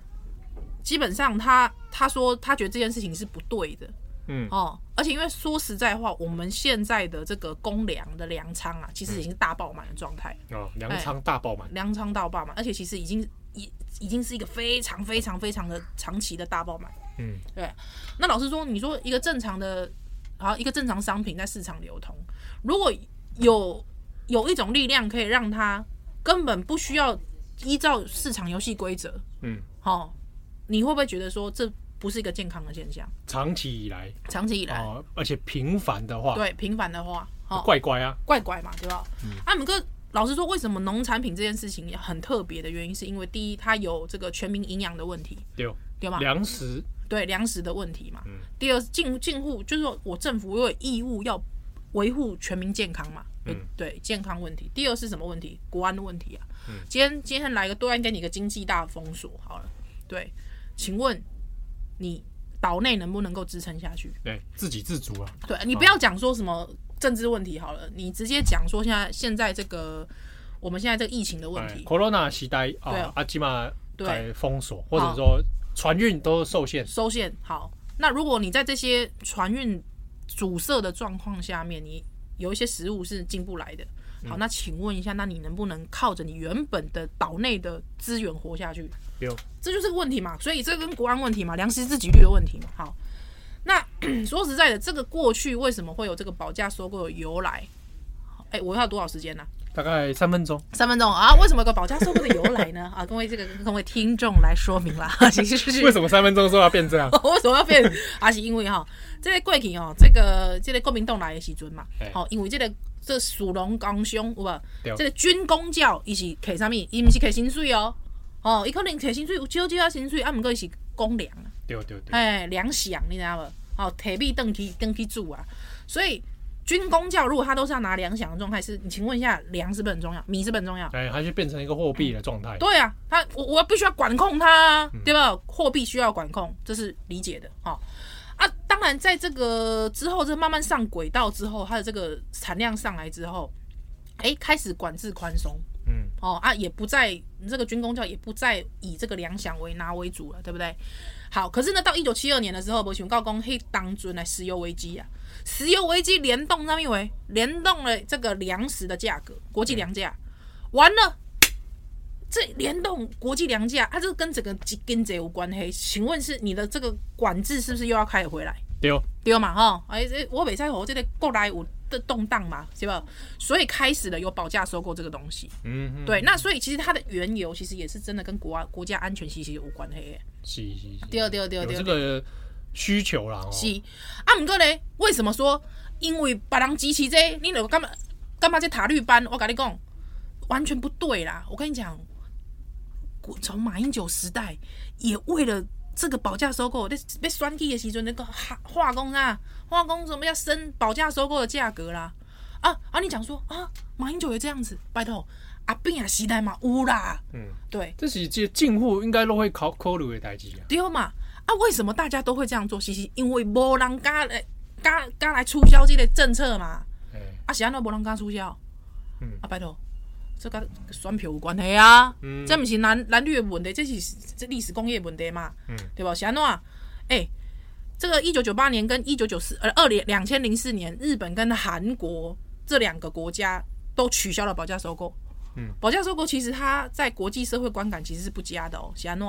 S3: 基本上他他说他觉得这件事情是不对的
S2: 嗯，
S3: 哦，而且因为说实在话，我们现在的这个公粮的粮仓啊，其实已经是大爆满的状态，
S2: 哦，
S3: 哎
S2: 粮仓大爆满，
S3: 粮仓大爆满，而且其实已经已已经是一个非常非常非常的长期的大爆满。
S2: 嗯，
S3: 对。那老实说，你说一个正常的，好一个正常商品在市场流通，如果有有一种力量可以让它根本不需要依照市场游戏规则，
S2: 嗯，
S3: 好、你会不会觉得说这不是一个健康的现象？
S2: 长期以来
S3: 长期以来，
S2: 哦，而且频繁的话，
S3: 哎对哦频繁的话，好、
S2: 怪怪啊，
S3: 怪怪嘛，对吧？啊，姆哥，老实说，为什么农产品这件事情也很特别的原因，是因为第一，它有这个全民营养的问题，
S2: 对，哦
S3: 对吧？
S2: 粮食
S3: 对粮食的问题嘛。第二，近近乎就是说我政府我有义务要维护全民健康嘛，对对健康问题。第二是什么问题？国安的问题啊。今天今天来个对岸给你一个经济大封锁好了，对，请问你岛内能不能够支撑下去？
S2: 对自给自足啊，
S3: 对你不要讲说什么政治问题好了，你直接讲说现在现在这个我们现在这个疫情的问
S2: 哎
S3: 题，
S2: ，corona 时代
S3: 对
S2: 啊
S3: 啊，
S2: 阿基玛
S3: 对
S2: 改封锁，或者说船运都受限，
S3: 收线好。那如果你在这些船运阻塞的状况下面，你有一些食物是进不来的，好，那请问一下，那你能不能靠着你原本的岛内的资源活下去？
S2: 对，
S3: 这就是个问题嘛，所以这跟国安问题嘛，粮食自给率的问题嘛。好，那 说实在的，这个过去为什么会有这个保价收购的由来？好哎、我要多少时间呢、
S2: 大概三分钟，
S3: 三分钟啊？为什么有个保价收购的由来呢？ 啊，各位这个各位听众来说明啦， 其实是
S2: 为什么三分钟之后要变这样？
S3: 为什么 要变？啊，是因为哈，这个过去哦，这个这个国民党来的时阵嘛
S2: 嘿，
S3: 吼，因为这个这属龙刚兄有无
S2: 哎对？
S3: 这个军工教伊是摕啥物？伊毋是摕薪水哦，哦，伊可能摕薪水有少少啊薪水，啊，毋过伊是公粮啊，
S2: 对对对，
S3: 哎，粮饷你知道无？哦，提米登去登去煮啊，所以。军工教如果他都是要拿粮饷的状态，是你请问一下，粮是不是很重要？米是不是很重要？
S2: 哎，它就变成一个货币的状态，
S3: 对啊，他我我必须要管控它、啊，对吧？货币需要管控，这是理解的哈、啊，当然，在这个之后，这慢慢上轨道之后，它的这个产量上来之后，哎，开始管制宽松
S2: 嗯，
S3: 哦啊，也不再这个军工教也不再以这个粮饷为拿为主了，对不对？好，可是呢，到一九七二年的时候，我请告公黑当尊来石油危机啊，石油危机联动那因为联动了这个粮食的价格，国际粮价，完了。这联动国际粮价，它、这个跟整个跟这有关系。请问是你的这个管制是不是又要开始回来？
S2: 对，
S3: 对嘛吼，哎、这我北赛吼，这个过来有的动荡嘛，是吧？所以开始了有保价收购这个东西。
S2: 嗯，嗯
S3: 对，那所以其实它的缘由其实也是真的跟国安国家安全息息有关系的。
S2: 是是是，
S3: 对对对
S2: 有
S3: 对
S2: 这个需求啦，哦，
S3: 是，啊，毋过咧，为什么说因为别人支持这个你就干嘛干嘛这塔绿班？我跟你讲，完全不对啦！我跟你讲，古从马英九时代也为了这个保价收购，被被选举的时阵那个哈化工啊，化工什么要升保价收购的价格啦，啊啊！你讲说啊，马英九也这样子，拜托，阿扁也时代嘛有啦，
S2: 嗯，
S3: 对，
S2: 这是这近乎应该都会考考虑的代志啊，
S3: 对嘛？啊，为什么大家都会这样做？是是因为无人敢来敢敢来促销这个政策嘛？
S2: 哎，
S3: 啊，是安怎无人敢促销？
S2: 嗯
S3: 啊，拜托，这跟选票有关系啊，
S2: 嗯
S3: 这毋是蓝蓝绿的问题，这是这历史工业问题嘛，
S2: 嗯
S3: 对吧？是安怎？哎、这个一九九八年跟一九九四呃二零两千零四年，日本跟韩国这两个国家都取消了保价收购。
S2: 嗯，
S3: 保价收购其实它在国际社会观感其实是不佳的哦，是安怎？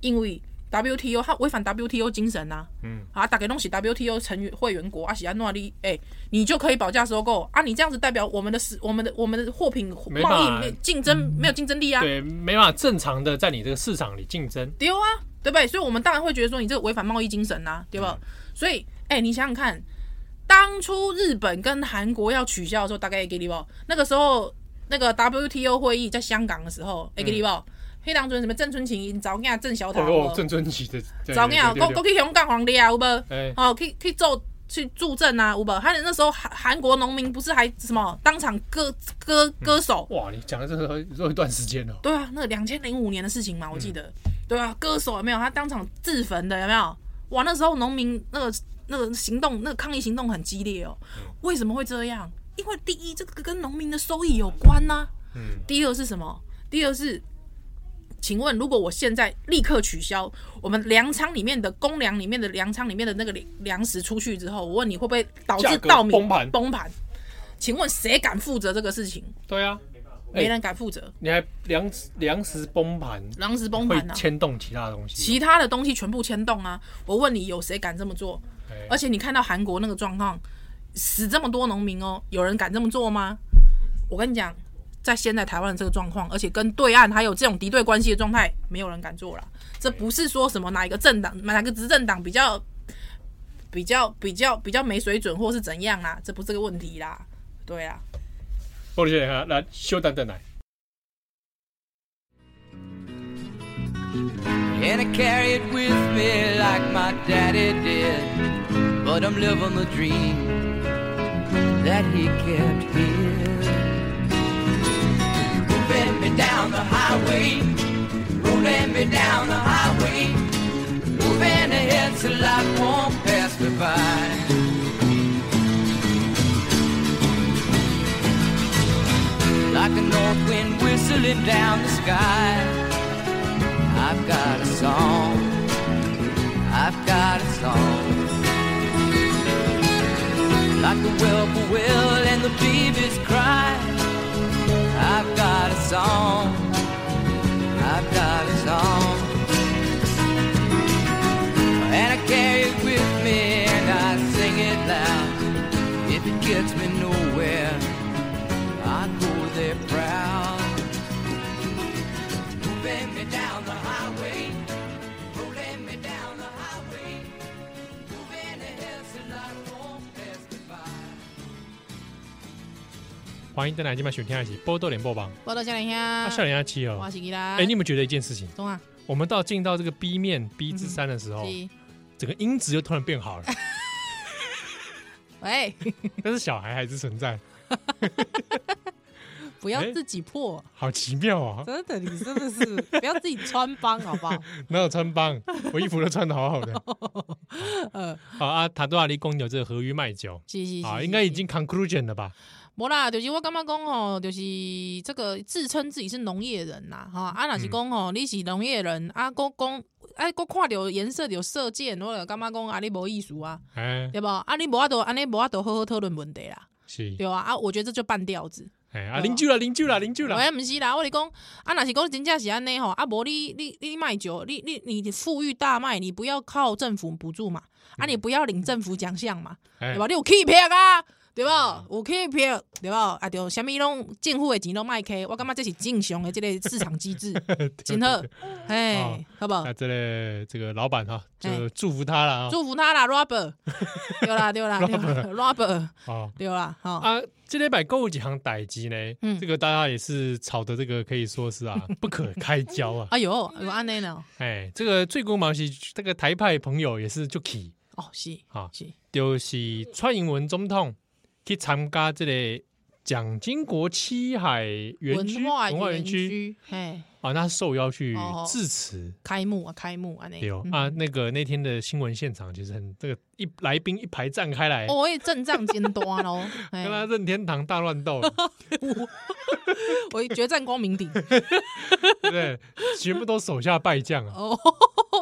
S3: 因为 WTO 它违反 WTO 精神呐、啊。
S2: 嗯，
S3: 啊，打给东西 WTO 成员会员国啊，喜安诺利，哎、你就可以保价收购啊！你这样子代表我们的是我们的我们的货品
S2: 没
S3: 贸易
S2: 办法嗯
S3: 没竞争没有竞争力啊，
S2: 对，没办法正常的在你这个市场里竞争，
S3: 丢啊，对不对？所以我们当然会觉得说你这个违反贸易精神呐、啊，对
S2: 嗯
S3: 吧？所以，哎、你想想看，当初日本跟韩国要取消的时候，大概给你不？那个时候那个 WTO 会议在香港的时候，哎、给你不？黑当中什么郑春晴、早亚、郑小塔，
S2: 嗯哦哦，郑尊奇的，
S3: 早亚，
S2: 对
S3: 我我去香港皇帝啊，有无？
S2: 哎
S3: 哦，去去做去助阵啊，吴宝，他那时候韩韩国农民不是还什么当场割割
S2: 嗯
S3: 割手？
S2: 哇，你讲的这个有一段时间了，
S3: 对啊，那两千零五年的事
S2: 嗯
S3: 情嘛，我记得。对啊，割手有没有？他当场自焚的有没有？哇，那时候农民那个那个行动，那个抗议行动很激烈哦。
S2: 嗯
S3: 为什么会这样？因为第一，这个跟农民的收益有关呐、
S2: 嗯，
S3: 第二是什么？第二是，请问，如果我现在立刻取消我们粮仓里面的公粮里面的粮仓里面的那个粮粮食出去之后，我问你会不会导
S2: 价
S3: 致
S2: 格
S3: 稻米
S2: 崩盘
S3: 崩盘？请问谁敢负责这个事情？
S2: 对啊，
S3: 没人敢负责，
S2: 你还粮食粮食崩盘，
S3: 粮食崩
S2: 会
S3: 盘呐、啊
S2: 牵动其他的东西啊
S3: 其
S2: 吗。
S3: 他的东西全部牵动啊！我问你，有谁敢这么做？
S2: 哎
S3: 而且你看到韩国那个状况，死这么多农民哦，有人敢这么做吗？我跟你讲，在现在台湾的这个状况，而且跟对岸还有这种敌对关系的状态，没有人敢做了。这不是说什么哪一个政党、哪个执政党比较比较比较比较没水准，或是怎样啦，这不是个问题啦。对啊，
S2: 玻璃姐，来来，稍等等来。
S4: And I carry it with me like my daddy did. But I'm living the dream that he kept here. Moving me down the highway, rolling me down the highway. Moving ahead so life won't pass me by. Like a north wind whistling down the sky. I've got a song. I've got a song. Like the whelp will and the babies cry. I've got a song. I've got a song. And I carry it with me and I sing it loud. If it gets me nowhere, I go there proud. Moving me down the highway, rolling me down the highway, moving ahead till I won't pass me by.
S2: 欢迎登来今晚选天下集，波多连播榜，
S3: 报道小林
S2: 啊，
S3: 香
S2: 笑脸下七哦。
S3: 是吉拉
S2: 哎、你有没有觉得一件事情？
S3: 中啊，
S2: 我们到进到这个 B 面 B 至三的时候，
S3: 嗯
S2: 整个音质又突然变好了，
S3: 喂，
S2: 但是小孩还是存在，
S3: 不
S2: 要自
S3: 己破，
S2: 好奇妙哦！
S3: 真的，你真的是不要自己穿帮好 不好？
S2: 哪有穿帮？我衣服都穿的好好 的。好啊，塔多亚利公牛这个合约卖酒，
S3: 是呃是
S2: 啊，应该已经 conclusion 了吧？
S3: 无啦，就是我感觉讲吼，就是这个自称自己是农业人呐，哈啊，若是讲吼，你是农业人啊，讲讲哎，讲看到颜色有射箭，我就感觉讲啊，你无意思啊，
S2: 哎、
S3: 对无啊，你无法度安尼无法度好好讨论问题啦，
S2: 是，
S3: 对啊，啊，我觉得这就半吊子。
S2: 哎啊，邻居了，邻居了，邻居了，
S3: 喂，毋是啦，我是讲啊，若是讲真正是安尼吼，啊无你你你卖酒，你你你富裕大卖，你不要靠政府补助嘛，啊你不要领政府奖项嘛，
S2: 哎
S3: 对吧？你有欺骗啊，
S2: 嗯
S3: 对吧？有欺骗，对吧？啊，就啥物拢政府的钱拢卖开，我感觉这是正常的这个市场机制， 真好，
S2: 哦
S3: 嘿，好不好
S2: 那？这个这个老板哈，就
S3: 哎
S2: 祝福他了啊、
S3: 祝福他啦，Robert，对啦对啦对啦，Robert，
S2: 哦
S3: 对啦，好，
S2: 啊，这礼拜购物几行歹机呢？
S3: 嗯
S2: 这个大家也是吵的，这个可以说是 啊不可开交啊。
S3: 哎呦，有安尼呢，
S2: 哎，这个最公忙是这个台派朋友也是就起
S3: 哦是
S2: 啊，
S3: 是，
S2: 就是蔡英文总统去参加这个蒋经国七海园区
S3: 文化
S2: 园
S3: 园
S2: 区
S3: 区，嘿。
S2: 啊，那受邀去
S3: 哦
S2: 致辞。
S3: 开幕啊，开幕啊，那
S2: 对哦啊，那个那天的新闻现场其实很这个一来宾一排站开来，
S3: 哦，我也阵仗尖端喽，哎
S2: 跟他任天堂大乱斗，
S3: 我也决战光明顶
S2: 对不对？全部都手下败将啊！
S3: 哦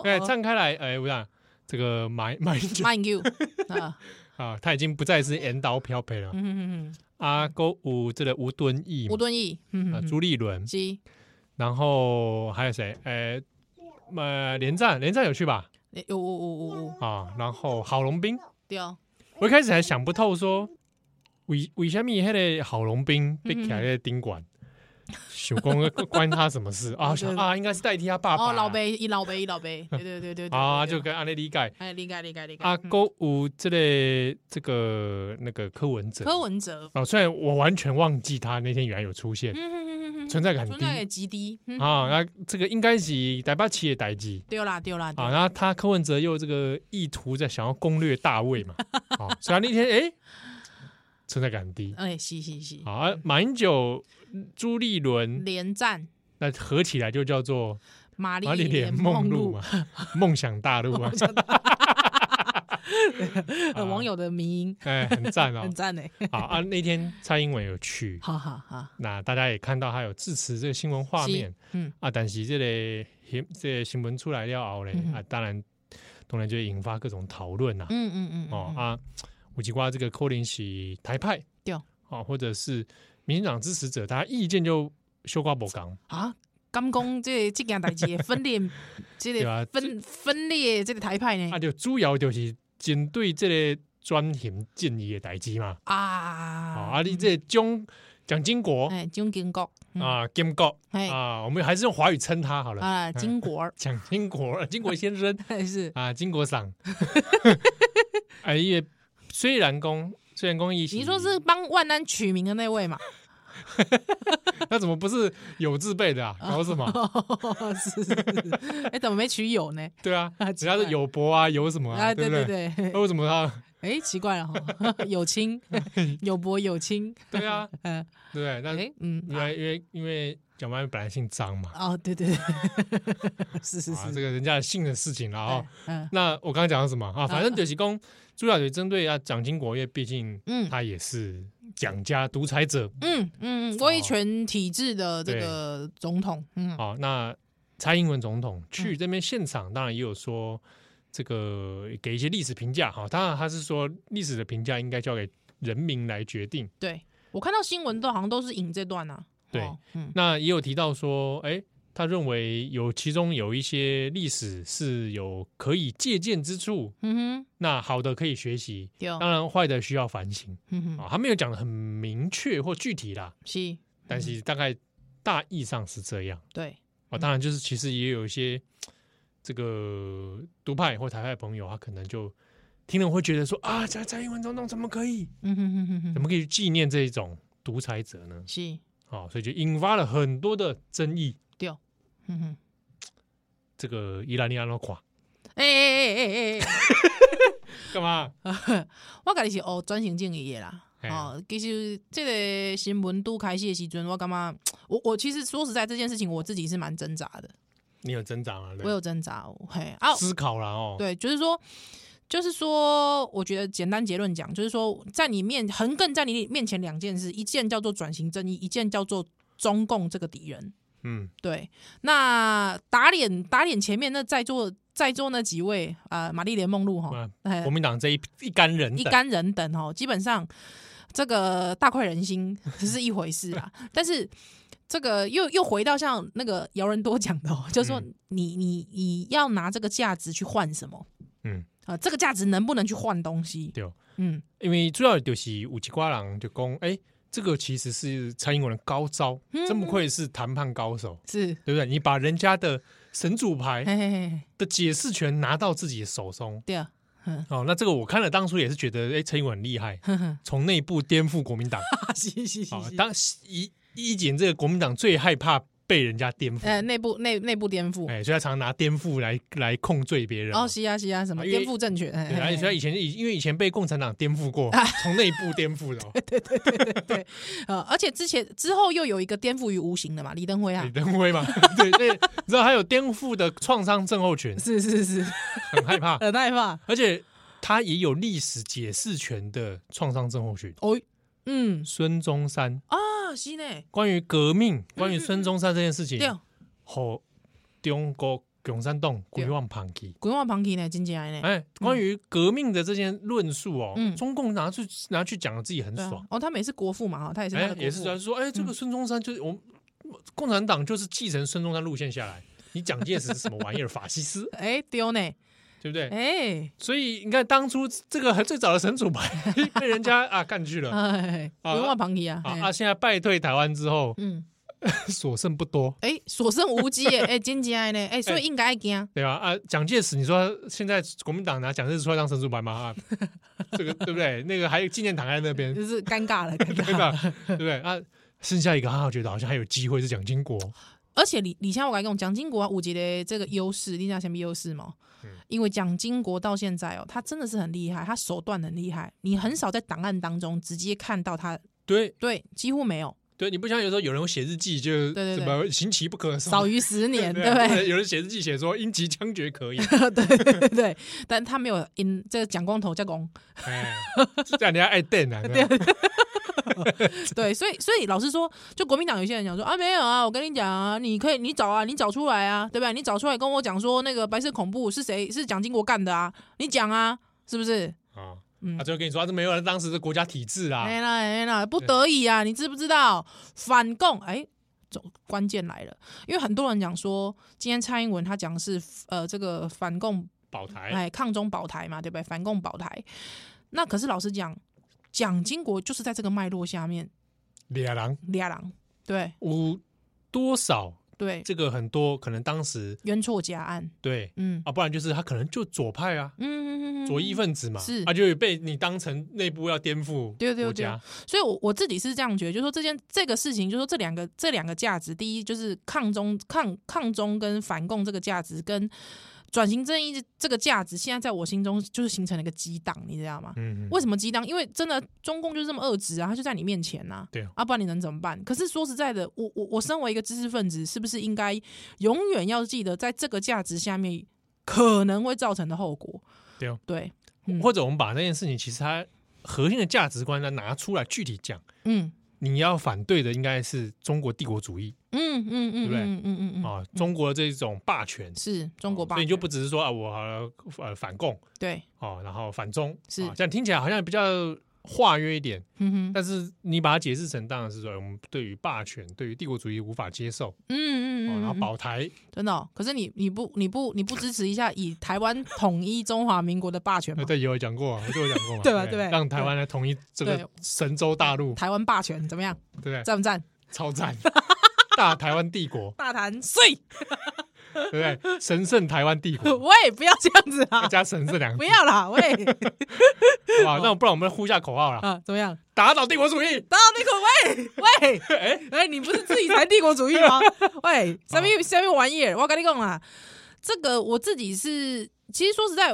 S2: 对，站开来，哎，我想这个马马英九
S3: ，mind you 啊，
S2: 啊，他已经不再是岩岛漂培了。
S3: 嗯嗯嗯
S2: 啊，勾有这个吴敦义
S3: 嗯，
S2: 嘛
S3: 吴，敦义，嗯
S2: 啊，
S3: 嗯，
S2: 朱立伦，
S3: 基
S2: 然后还有谁？呃，呃，连战，连战有去吧？
S3: 有有有有有
S2: 啊，然后郝龙斌，
S3: 对哦，
S2: 我一开始还想不透说，为为什么那个郝龙
S3: 嗯
S2: 斌被起来在宾馆，想公 关他什么事啊？想啊，应该是代替他爸爸
S3: 哦，老贝一老贝一老贝，对对对 对对
S2: 啊，
S3: 对
S2: 就
S3: 对
S2: 跟安内理解。
S3: 哎理解理解理解
S2: 啊，
S3: 嗯
S2: 勾有这个这个那个柯文哲，
S3: 柯文哲，
S2: 哦，虽然我完全忘记他那天原来有出现，
S3: 嗯嗯嗯嗯嗯，
S2: 存在感很
S3: 存在
S2: 低
S3: 感极低。嗯，
S2: 啊。那这个应该是台北市的代志
S3: 丢啦丢啦，对
S2: 啊。然后他柯文哲又这个意图在想要攻略大卫嘛，啊，所以他那天哎、存在感很低
S3: 哎，是是是，
S2: 啊。啊马英九、朱立伦
S3: 连战
S2: 那合起来就叫做
S3: 玛丽
S2: 马里莲梦露嘛， 梦想大陆啊，
S3: 呃， 网友的迷音
S2: 哎，很赞哦
S3: 很。赞呢，
S2: 好啊，那天蔡英文有去，
S3: 哈哈哈，
S2: 那大家也看到他有支持这个新闻画面
S3: 是，嗯，
S2: 啊，但是这个新这个新闻出来了后呢，
S3: 嗯哼
S2: 啊，当然当然就会引发各种讨论啦。
S3: 嗯嗯嗯，
S2: 哦
S3: 嗯，
S2: 啊，有几瓜这个柯林是台派，
S3: 对
S2: 啊，或者是民进党支持者，大家意见就修瓜不讲，
S3: 啊，敢讲这这件代志的 分裂，这
S2: 对啊
S3: 个分分裂这个台派呢
S2: 啊，？就主要就是针对这个专行建议的代志嘛。啊，
S3: 啊啊
S2: 啊，你这个蒋蒋经国
S3: 哎，蒋经国嗯
S2: 啊，金国
S3: 哎
S2: 啊，我们还是用华语称他好了，
S3: 啊，金国 儿哎
S2: 蒋经国，经国先生。
S3: 是
S2: 啊，金国赏， 哎也虽然公虽然公益，
S3: 你说是帮万安取名的那位嘛？
S2: 那怎么不是有字辈的啊？搞什么？
S3: 是是 是，哎，怎么没取友呢？
S2: 对啊，人
S3: 奇
S2: 家是
S3: 怪
S2: 有博啊，有什么啊？
S3: 啊，
S2: 对
S3: 对
S2: 不
S3: 对
S2: 对？
S3: 对
S2: 那，为什么他？
S3: 哎，奇怪了哈， 有亲有伯有亲，
S2: 对啊，
S3: 嗯，
S2: 对不对？那
S3: 哎，嗯，
S2: 因为因为因为蒋万安本来姓张嘛，
S3: 哦，对对对， 是是
S2: 啊，
S3: 是，
S2: 这个人家的姓的事情了啊
S3: 哎。嗯
S2: 那我刚刚讲的什么啊？反正就是公朱小姐针对啊蒋经国，因为毕竟
S3: 嗯
S2: 他也是蒋家独裁者
S3: 嗯嗯，嗯威权体制的这个总统，嗯，
S2: 好，那蔡英文总统去这边现场，当然也有说这个给一些历史评价哈。当然他是说历史的评价应该交给人民来决定。
S3: 对我看到新闻都好像都是引这段啊，
S2: 对
S3: 哦，嗯
S2: 那也有提到说，哎、他认为有其中有一些历史是有可以借鉴之处，
S3: 嗯哼，
S2: 那好的可以学习，
S3: 对，
S2: 当然坏的需要反省
S3: 哦嗯
S2: 啊
S3: 哼，。
S2: 他没有讲的很明确或具体啦，
S3: 是，
S2: 但是大概大意上是这样。
S3: 对，
S2: 啊，当然就是其实也有一些这个独派或台派朋友，他可能就听了会觉得说啊，蔡蔡英文总统怎么可以，
S3: 嗯哼哼哼
S2: 怎
S3: 哼，
S2: 么可以去纪念这一种独裁者呢？
S3: 是，
S2: 啊，所以就引发了很多的争议。
S3: 对，嗯哼，
S2: 这个伊兰尼安诺垮
S3: 哎哎哎哎哎。
S2: 干嘛？
S3: 我家己是学哦转型正义的啦。
S2: 嘿
S3: 哦，其实这个新闻都开始的时阵，我感觉我我其实说实在这件事情，我自己是蛮挣扎的，
S2: 你有增长啊？对不对
S3: 我有挣扎哦。嘿啊，
S2: 思考了哦。
S3: 对，就是说，就是说，我觉得简单结论讲，就是说，在你面横亘在你面前两件事，一件叫做转型正义，一件叫做中共这个敌人。
S2: 嗯，
S3: 对，那打脸打脸前面那在座在座那几位啊、呃玛丽莲梦露哈
S2: 啊，
S3: 哎
S2: 国民党这一一干人等
S3: 一干人等哦，基本上这个大快人心是一回 事啦，但是。这个又又回到像那个姚人多讲的、哦，就是说
S2: 嗯
S3: 你你你要拿这个价值去换什么
S2: 嗯，
S3: 啊、这个价值能不能去换东西？
S2: 对，哦
S3: 嗯，
S2: 因为主要就是有一瓜人就讲，哎、这个其实是蔡英文的高招，
S3: 嗯
S2: 真不愧是谈判高手。
S3: 是，
S2: 对不对？你把人家的神主
S3: 嘿
S2: 牌
S3: 嘿嘿嘿，
S2: 的解释权拿到自己的手中。
S3: 对啊，嗯，
S2: 哦，那这个我看了，当初也是觉得，哎，陈英文很厉 害，
S3: 呵呵，
S2: 从内部颠覆国民 党。
S3: 啊是是是
S2: 啊、
S3: 是，
S2: 当一一姐这个国民党最害怕被人家颠覆，
S3: 呃，内部内内部颠覆，
S2: 哎，所以他常拿颠覆来来控罪别人。
S3: 哦，是哎啊是啊，什么
S2: 啊因为
S3: 颠覆政权？嘿
S2: 对，而且
S3: 嘿嘿
S2: 所以以前因为以前被共产党颠覆过，
S3: 啊
S2: 从内部颠 覆了。
S3: 呃，而且之前之后又有一个颠覆于无形的嘛，李登辉啊
S2: 李，登辉嘛， 对对，你知道还有颠覆的创伤症候 群，
S3: 是是是，呃
S2: 很害怕，
S3: 很害怕，
S2: 而且他也有历史解释权的创伤症候群。
S3: 哦，嗯
S2: 孙中山
S3: 啊，是呢，
S2: 关于革命，关于孙中山这件事情
S3: 嗯对，，啊
S2: 和中国共产党规划旁去。
S3: 规划旁去呢，真正的呢，
S2: 哎，关于革命的这件论述哦，
S3: 嗯
S2: 中共拿去拿去讲，自己很
S3: 对啊
S2: 爽。
S3: 哦，他们也是国父嘛，哦，他也是他
S2: 哎
S3: 的，国
S2: 也是
S3: 父嗯
S2: 在说，哎，这个孙中山就是我们共产党就是继承孙中山路线下来。你蒋介石是什么玩意儿？法西 斯，
S3: 哎丢呢，
S2: 对不对？
S3: 哎
S2: 所以你看，当初这个最早的神主牌 被人家啊干去了
S3: 哎，
S2: 啊
S3: 规划旁去啊，
S2: 啊
S3: 嘿
S2: 啊！现在败退台湾之后，
S3: 嗯，
S2: 所剩不多。
S3: 哎，所剩无 几耶，哎，真正的呢，哎，所以应该爱惊，
S2: 对吧？啊，蒋介石，你说现在国民党拿蒋介石出来当神主牌吗？啊， 这个对不对？那个还有纪念堂还在那边，
S3: 就是尴尬了，尴
S2: 对
S3: 尬了，
S2: 吧？对不对？啊，剩下一个哈，我觉得好像还有机会是蒋经国，
S3: 而且李李湘，我来讲，蒋经国啊有一个这个优势，你知道什么优势吗？
S2: 嗯
S3: 因为蒋经国到现在哦，他真的是很厉害，他手段很厉害，你很少在档案当中直接看到他，
S2: 对
S3: 对，几乎没有，
S2: 对，你不像有时候有人会写日记就
S3: 对对对
S2: 怎么刑期不可
S3: 少
S2: 于
S3: 于十年，对
S2: 对
S3: 不
S2: 啊
S3: 对？
S2: 有人写日记写说应急枪决可以，
S3: 对 对，但他没有因这个蒋光头加工，
S2: 哎，这样人家爱电啊，对吧
S3: 对，所以所以老实说，就国民党有些人讲说啊，没有啊，我跟你讲啊，你可以你找啊，你找出来啊，对不对？你找出来跟我讲说那个白色恐怖是谁是蒋经国干的啊，你讲啊，是不是？
S2: 啊，
S3: 嗯
S2: 他最后跟你说啊这没有人当时的国家体制啊，
S3: 哎啦哎啦，不得已啊，你知不知道？反共哎，总关键来了，因为很多人讲说，今天蔡英文他讲的是呃这个反共
S2: 保台，
S3: 哎抗中保台嘛，对不对？反共保台，那可是老实讲，蒋经国就是在这个脉络下面
S2: 俩狼
S3: 俩郎，对
S2: 五多少
S3: 对，
S2: 这个很多可能当时
S3: 冤错夹案，
S2: 对
S3: 嗯
S2: 啊，不然就是他可能就左派啊，
S3: 嗯，
S2: 左翼分子嘛，
S3: 是
S2: 啊，就有被你当成内部要颠覆
S3: 对对
S2: 国
S3: 对
S2: 家，
S3: 所以我，我自己是这样觉得，就是说这件这个事情，就是说这两个这两个价值，第一就是抗中抗抗中跟反共这个价值，跟转型正义这个价值，现在在我心中就是形成了一个激荡，你知道吗？
S2: 嗯，
S3: 为什么激荡？因为真的中共就是这么恶质啊，他就在你面前呐、啊，
S2: 对啊
S3: 啊，不然你能怎么办？可是说实在的，我我我身为一个知识分子，是不是应该永远要记得，在这个价值下面可能会造成的后果？
S2: 对哦
S3: 对，嗯
S2: 或者我们把那件事情其实它核心的价值观呢拿出来具体讲，
S3: 嗯
S2: 你要反对的应该是中国帝国主义
S3: 嗯嗯嗯，
S2: 对不对
S3: 嗯嗯嗯嗯，
S2: 啊，中国这种霸权，
S3: 是中国霸
S2: 所以
S3: 权，
S2: 你就不只是说啊我呃呃反共
S3: 对，
S2: 哦，然后反中
S3: 是
S2: 啊这样听起来好像比较化约一点，
S3: 嗯哼，
S2: 但是你把它解释成当然是说哎我们对于霸权、对于帝国主义无法接受，哦
S3: 嗯嗯嗯，
S2: 然后
S3: 嗯
S2: 保台
S3: 真的哦、可是你你不你不你不支持一下以台湾统一中华民国的霸权
S2: 呃
S3: 吗？
S2: 对，有讲过啊，我就有讲过嘛，
S3: 对吧
S2: 不
S3: 对
S2: 让台湾来统一这
S3: 对
S2: 个神州大陆，
S3: 台湾霸权怎么样？
S2: 对不对？
S3: 赞不赞？
S2: 超赞，大台湾帝国，
S3: 大谈碎，
S2: 对不对？神圣台湾帝国，
S3: 喂，不要这样子
S2: 要
S3: 啊！
S2: 加神圣两个
S3: 不，要啦，喂，
S2: 好吧？那不然我们呼一下口号啦，
S3: 啊，怎么样？
S2: 打倒帝国主义！
S3: 打到那个喂喂，
S2: 哎，
S3: 哎，你不是自己才帝国主义吗？ 喂，什么什么玩意儿？我跟你讲啦，这个我自己是，其实说实在，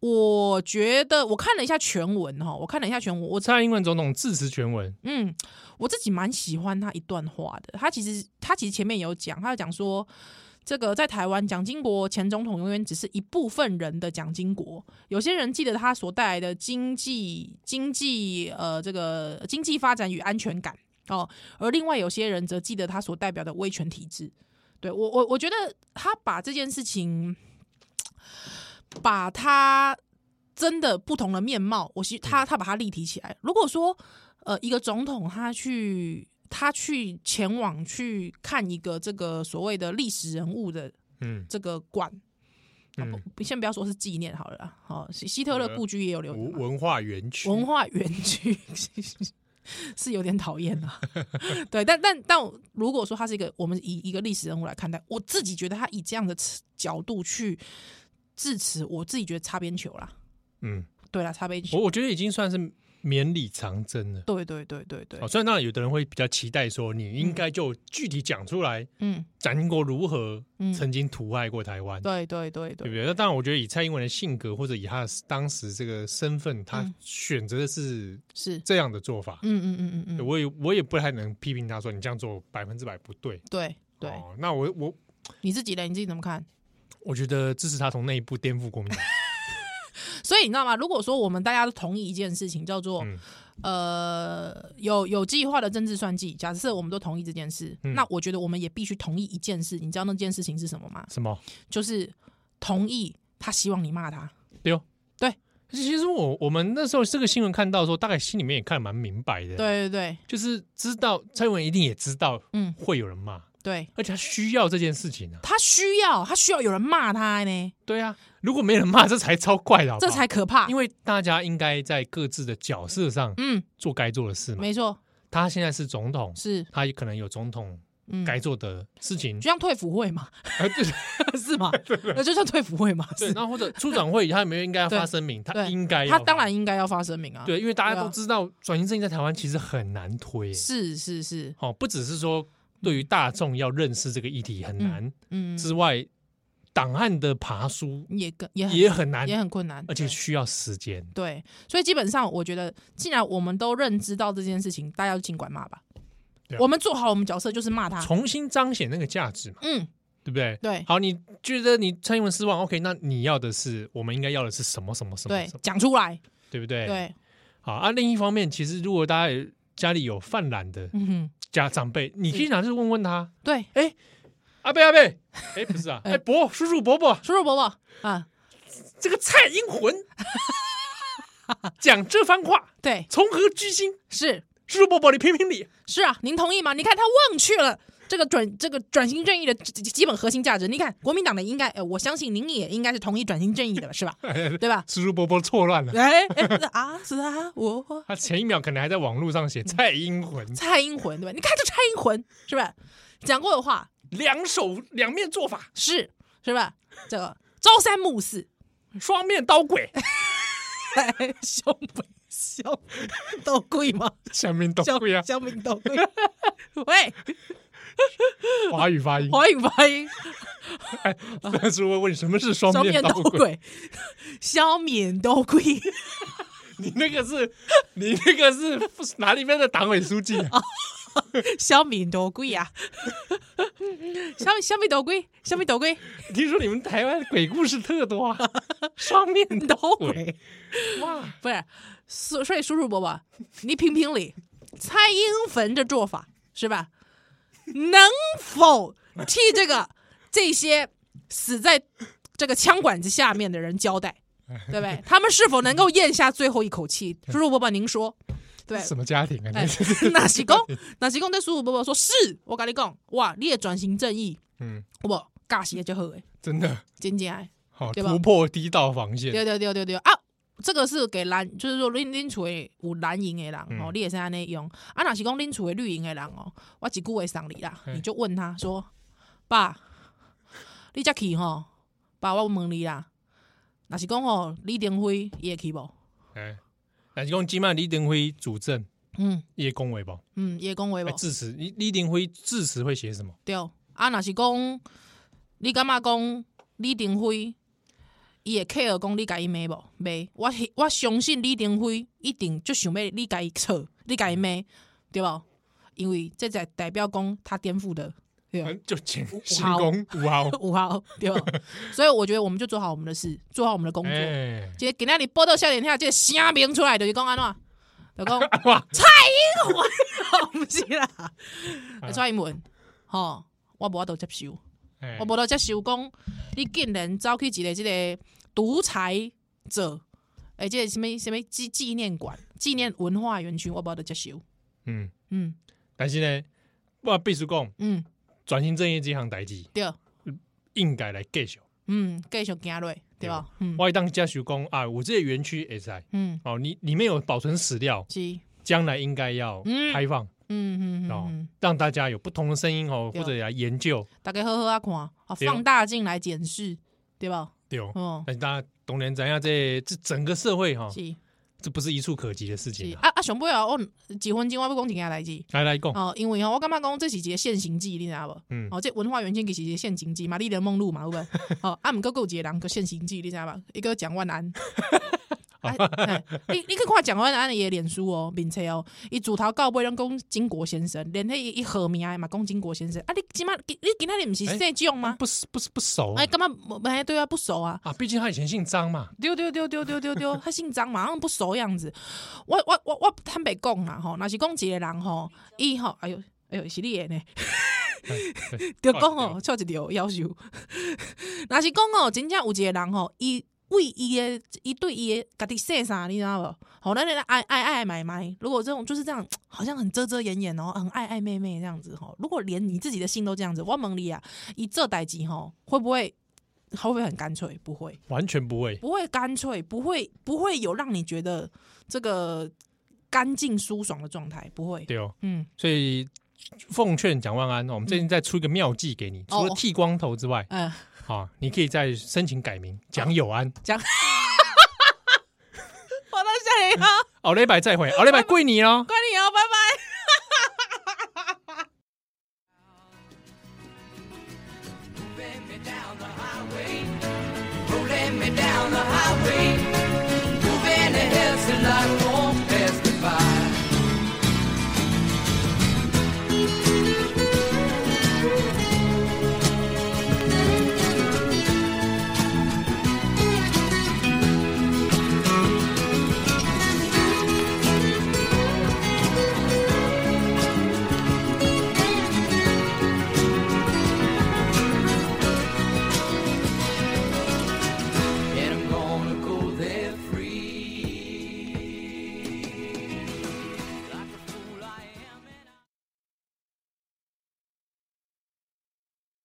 S3: 我觉得我看了一下全文哈，我看了一下全文，我
S2: 蔡英文总统致辞全文，
S3: 嗯，我自己蛮喜欢他一段话的。他其实他其实前面有讲，他有讲说，这个在台湾，蒋经国前总统永远只是一部分人的蒋经国。有些人记得他所带来的经济、经济呃这个经济发展与安全感哦，而另外有些人则记得他所代表的威权体制。对我我我觉得他把这件事情，把他真的不同的面貌，我希他他把它立体起来。如果说呃，一个总统他去他去前往去看一个这个所谓的历史人物的
S2: 嗯
S3: 这个馆，啊
S2: 嗯，
S3: 不先不要说是纪念好了啦，好、希希特勒故居也有留着
S2: 文
S3: 嘛
S2: 文化园区，
S3: 文化园区 是有点讨厌啊， 对，但但但我如果说他是一个我们以一个历史人物来看待，我自己觉得他以这样的角度去致辞，我自己觉得擦边球啦，
S2: 嗯，
S3: 对啦，擦边
S2: 我
S3: 球，
S2: 我觉得已经算是绵里藏针了。
S3: 对对对对对
S2: 哦，，虽然当然有的人会比较期待说，你应该就具体讲出来，
S3: 嗯，
S2: 蒋经国如何
S3: 嗯
S2: 曾经屠害过台湾，
S3: 对对对
S2: 对
S3: 对
S2: 不，对？那当然，我觉得以蔡英文的性格或者以他的当时这个身份，他
S3: 嗯
S2: 选择的是
S3: 是，
S2: 这样的做法。
S3: 嗯嗯嗯嗯嗯，
S2: 对我也我也不太能批评他说你这样做百分之百不对。
S3: 对对、
S2: 哦，那我我
S3: 你自己嘞，你自己怎么看？
S2: 我觉得支持他从内部颠覆国民党。
S3: 所以你知道吗？如果说我们大家都同意一件事情，叫做、
S2: 嗯
S3: 呃有有计划的政治算计，假设我们都同意这件事，
S2: 嗯
S3: 那我觉得我们也必须同意一件事。你知道那件事情是什么吗？
S2: 什么？
S3: 就是同意他希望你骂他。
S2: 对哦，
S3: 对
S2: 其实我我们那时候这个新闻看到的时候，大概心里面也看得蛮明白的。，
S3: 对对对
S2: 就是知道蔡英文一定也知道，
S3: 嗯
S2: 嗯，会有人骂，
S3: 对，
S2: 而且他需要这件事情啊。
S3: 他需要他需要有人骂他呢，
S2: 对啊，如果没人骂，这才超怪的好不
S3: 这
S2: 好，
S3: 才可怕。
S2: 因
S3: 为
S2: 为大家应该在各自的角色上
S3: 嗯，
S2: 做该做的事嘛。
S3: 没错，
S2: 他现在是总统，
S3: 嗯是
S2: 他可能有总统
S5: 嗯
S2: 该做的事情
S3: 就。像退辅会嘛，
S2: 啊对
S3: 是 吗？那就像退辅会嘛，
S2: 对，
S3: 是
S2: 然后或者处长会他有没有应该要发声明？他
S3: 对
S2: 应该要
S3: 他当然应该要发声明啊。，
S2: 对，因为大家
S3: 对啊
S2: 都知道转型正义在台湾其实很难推，
S3: 是是是，
S2: 哦，不只是说对于大众要认识这个议题很难
S3: 嗯，
S2: 之外，档案的爬书
S3: 也跟也很
S2: 也很难，
S3: 也很困难，
S2: 而且
S3: 对
S2: 需要时间。
S3: 对，所以基本上我觉得，既然我们都认知到这件事情，大家就尽管骂吧。
S2: 对啊
S3: 我们做好我们角色就是骂他，
S2: 重新彰显那个价值嘛，
S3: 嗯，
S2: 对不对？
S3: 对
S2: 好，你觉得你蔡英文失望，OK？那你要的是我们应该要的是什么什么什么
S3: 对
S2: 什么，，
S3: 讲出来，
S2: 对不对？。
S3: 对，
S2: 好啊，另一方面，其实如果大家有家里有犯懒的
S3: 嗯哼，
S2: 家长辈，你可以拿去问问他，
S3: 对，
S2: 哎，阿贝阿贝，哎，不是啊，哎，伯叔叔伯伯，
S3: 叔叔伯伯啊，
S2: 这个蔡英文讲这番话
S3: 对，
S2: 从何居心？
S3: 是
S2: 叔叔伯伯，你评评理。
S3: 是啊，您同意吗？你看他忘却了这个转这个转型正义的基基本核心价值。你看国民党的应该，呃，我相信您也应该是同意转型正义的吧，是 吧？对吧？
S2: 叔叔伯伯错乱了，
S3: 哎哎是啊是啊，我
S2: 他前一秒可能还在网络上写蔡英文，
S3: 蔡英魂对吧？你看这蔡英魂是吧？讲过的话
S2: 两手两面做法，
S3: 是是吧？这个朝三暮四，
S2: 双面刀鬼，
S3: 哎凶不凶？都贵吗？
S2: 下面刀鬼啊，
S3: 香槟都贵。 喂，
S2: 华语发音。
S3: 华语发音，
S2: 但是会问什么是双
S3: 双
S2: 面
S3: 面
S2: 刀
S3: 都
S2: 鬼？
S3: 贵，消免都贵。
S2: 你那个是， 你那个是哪里面的党委书记啊？
S3: 小米多贵呀、小米小米多贵，小米多贵，
S2: 听说你们台湾鬼故事特多啊，双面刀
S3: 多
S2: 鬼
S3: 贵。
S2: 哇！
S3: 不是，所所以叔叔伯伯，你评评理，蔡英文这做法是吧？能否替这个这些死在这个枪管子下面的人交 代，对不对？他们是否能够咽下最后一口气？叔叔伯伯，您说，对，
S2: 什么家庭啊？
S3: 哎
S2: 你这，
S3: 那是讲，那是讲，对叔叔伯伯说，是我跟你讲，哇，你也转型正义，
S2: 嗯，
S3: 好不好？尬死就好诶，
S2: 真的
S3: 真正诶，
S2: 好
S3: 对吧
S2: 突破第一道防线，
S3: 对对对对对啊！这个是给蓝，就是说恁恁厝诶有蓝营诶人
S2: 嗯
S3: 哦，你也是安尼用。啊，若是讲恁厝诶绿营诶人哦，我一句话送你啦，
S2: 嘿
S3: 你就问他说：“爸，你才去吼？爸，我问你啦，若是讲吼李登辉伊会去无？
S2: 哎，但是讲今晚李登辉主政，
S3: 嗯
S2: 叶公为保，
S3: 嗯，伊会讲话
S2: 哎
S3: 无？
S2: 致辞，李李登辉致辞会写什么？
S3: 对，啊，若是讲你感觉讲李登辉，伊会 care 讲你家伊骂无？骂，我是我相信李登辉一定就想要你家伊错，你家伊骂，对无？因为这在代表讲他颠覆 的，对吧
S2: 嗯就请新公五号，
S3: 五号，对吧？所以我觉得我们就做好我们的事，做好我们的工作。
S2: 哎，
S3: 今天给那里报道笑脸下，这个声明出来就是讲安怎，就讲
S2: 哇，
S3: 不是啦，
S2: 啊
S3: 蔡英文，吼，我无法度接受。
S2: 哎
S3: 哦我无到接受讲，你竟然走去一个即个独裁者，诶，即个什物什物纪纪念馆、纪念文化园区，我无到接受。
S2: 嗯，
S3: 嗯
S2: 但是呢，我必须讲，
S3: 嗯，
S2: 转型正义这项代志
S3: 对，
S2: 应该来继续。
S3: 嗯，继续行落，对
S2: 啊
S3: 吧？嗯
S2: 我当家属讲啊，我这个园区也在
S3: 嗯，
S2: 哦，你里面有保存史料，
S3: 是，
S2: 将来应该要
S3: 嗯
S2: 开放
S3: 嗯嗯嗯
S2: 哦
S3: 嗯，，
S2: 让大家有不同的声音哦，
S3: 对
S2: 或者来研究
S3: 大家好好啊看，啊，
S2: 对
S3: 放大镜来检视，对吧？
S2: 对哦。
S3: 哦，
S2: 但是大家懂然怎样？这这整个社会哈，
S3: 是
S2: 这不是一触可及的事
S3: 是
S2: 情哦啊。
S3: 啊啊，上尾啊，我几分钟我要讲一件代志。
S2: 来来讲，
S3: 哦，因为吼，我感觉讲这是一个现行记，你知道无？
S2: 嗯
S3: 哦，这文化园区其实是一个现行记，玛丽莲梦露嘛，有无？哦，啊，毋过还有一个人叫现行记，你知道无？伊个蒋万安。啊，嘿你你去看蒋万安的伊的脸书哦，面册哦，伊自头到尾拢讲金国先生，连迄伊号名的嘛讲金国先生。啊，你今麦你今仔日毋是姓蒋吗？
S2: 不是不是不熟
S3: 哎，感觉无哎对啊不熟啊，
S2: 啊，毕竟他以前姓张嘛。
S3: 丢丢丢丢丢丢丢，他姓张嘛，好像不熟样子。我我我我坦白讲啦吼，若是讲一个人吼，伊吼，哎呦哎呦是你的呢。就讲哦，错一条要求。 若是讲哦，真正有一个人吼，伊为伊的，伊对伊的家己说啥，你知道无？好，那那爱爱爱买买，如果这种就是这样，好像很遮遮掩掩哦，很爱爱妹妹这样子吼。如果连你自己的心都这样子，我问你啊，伊这代志吼，会不会？会不会很干脆？不会，
S2: 完全不会。
S3: 不会干脆，不会，不会有让你觉得这个干净舒爽的状态，不会。
S2: 对哦，
S3: 嗯，
S2: 所以奉劝蒋万安，哦我们最近再出一个妙计给
S3: 哦
S2: 你，除了剃光头之外，
S6: 嗯，
S2: 啊，你可以再申请改
S3: 哦
S2: 名蒋友安，
S6: 讲，我到这里啊，
S2: 奥雷白再会，奥雷白跪你哦，
S6: 怪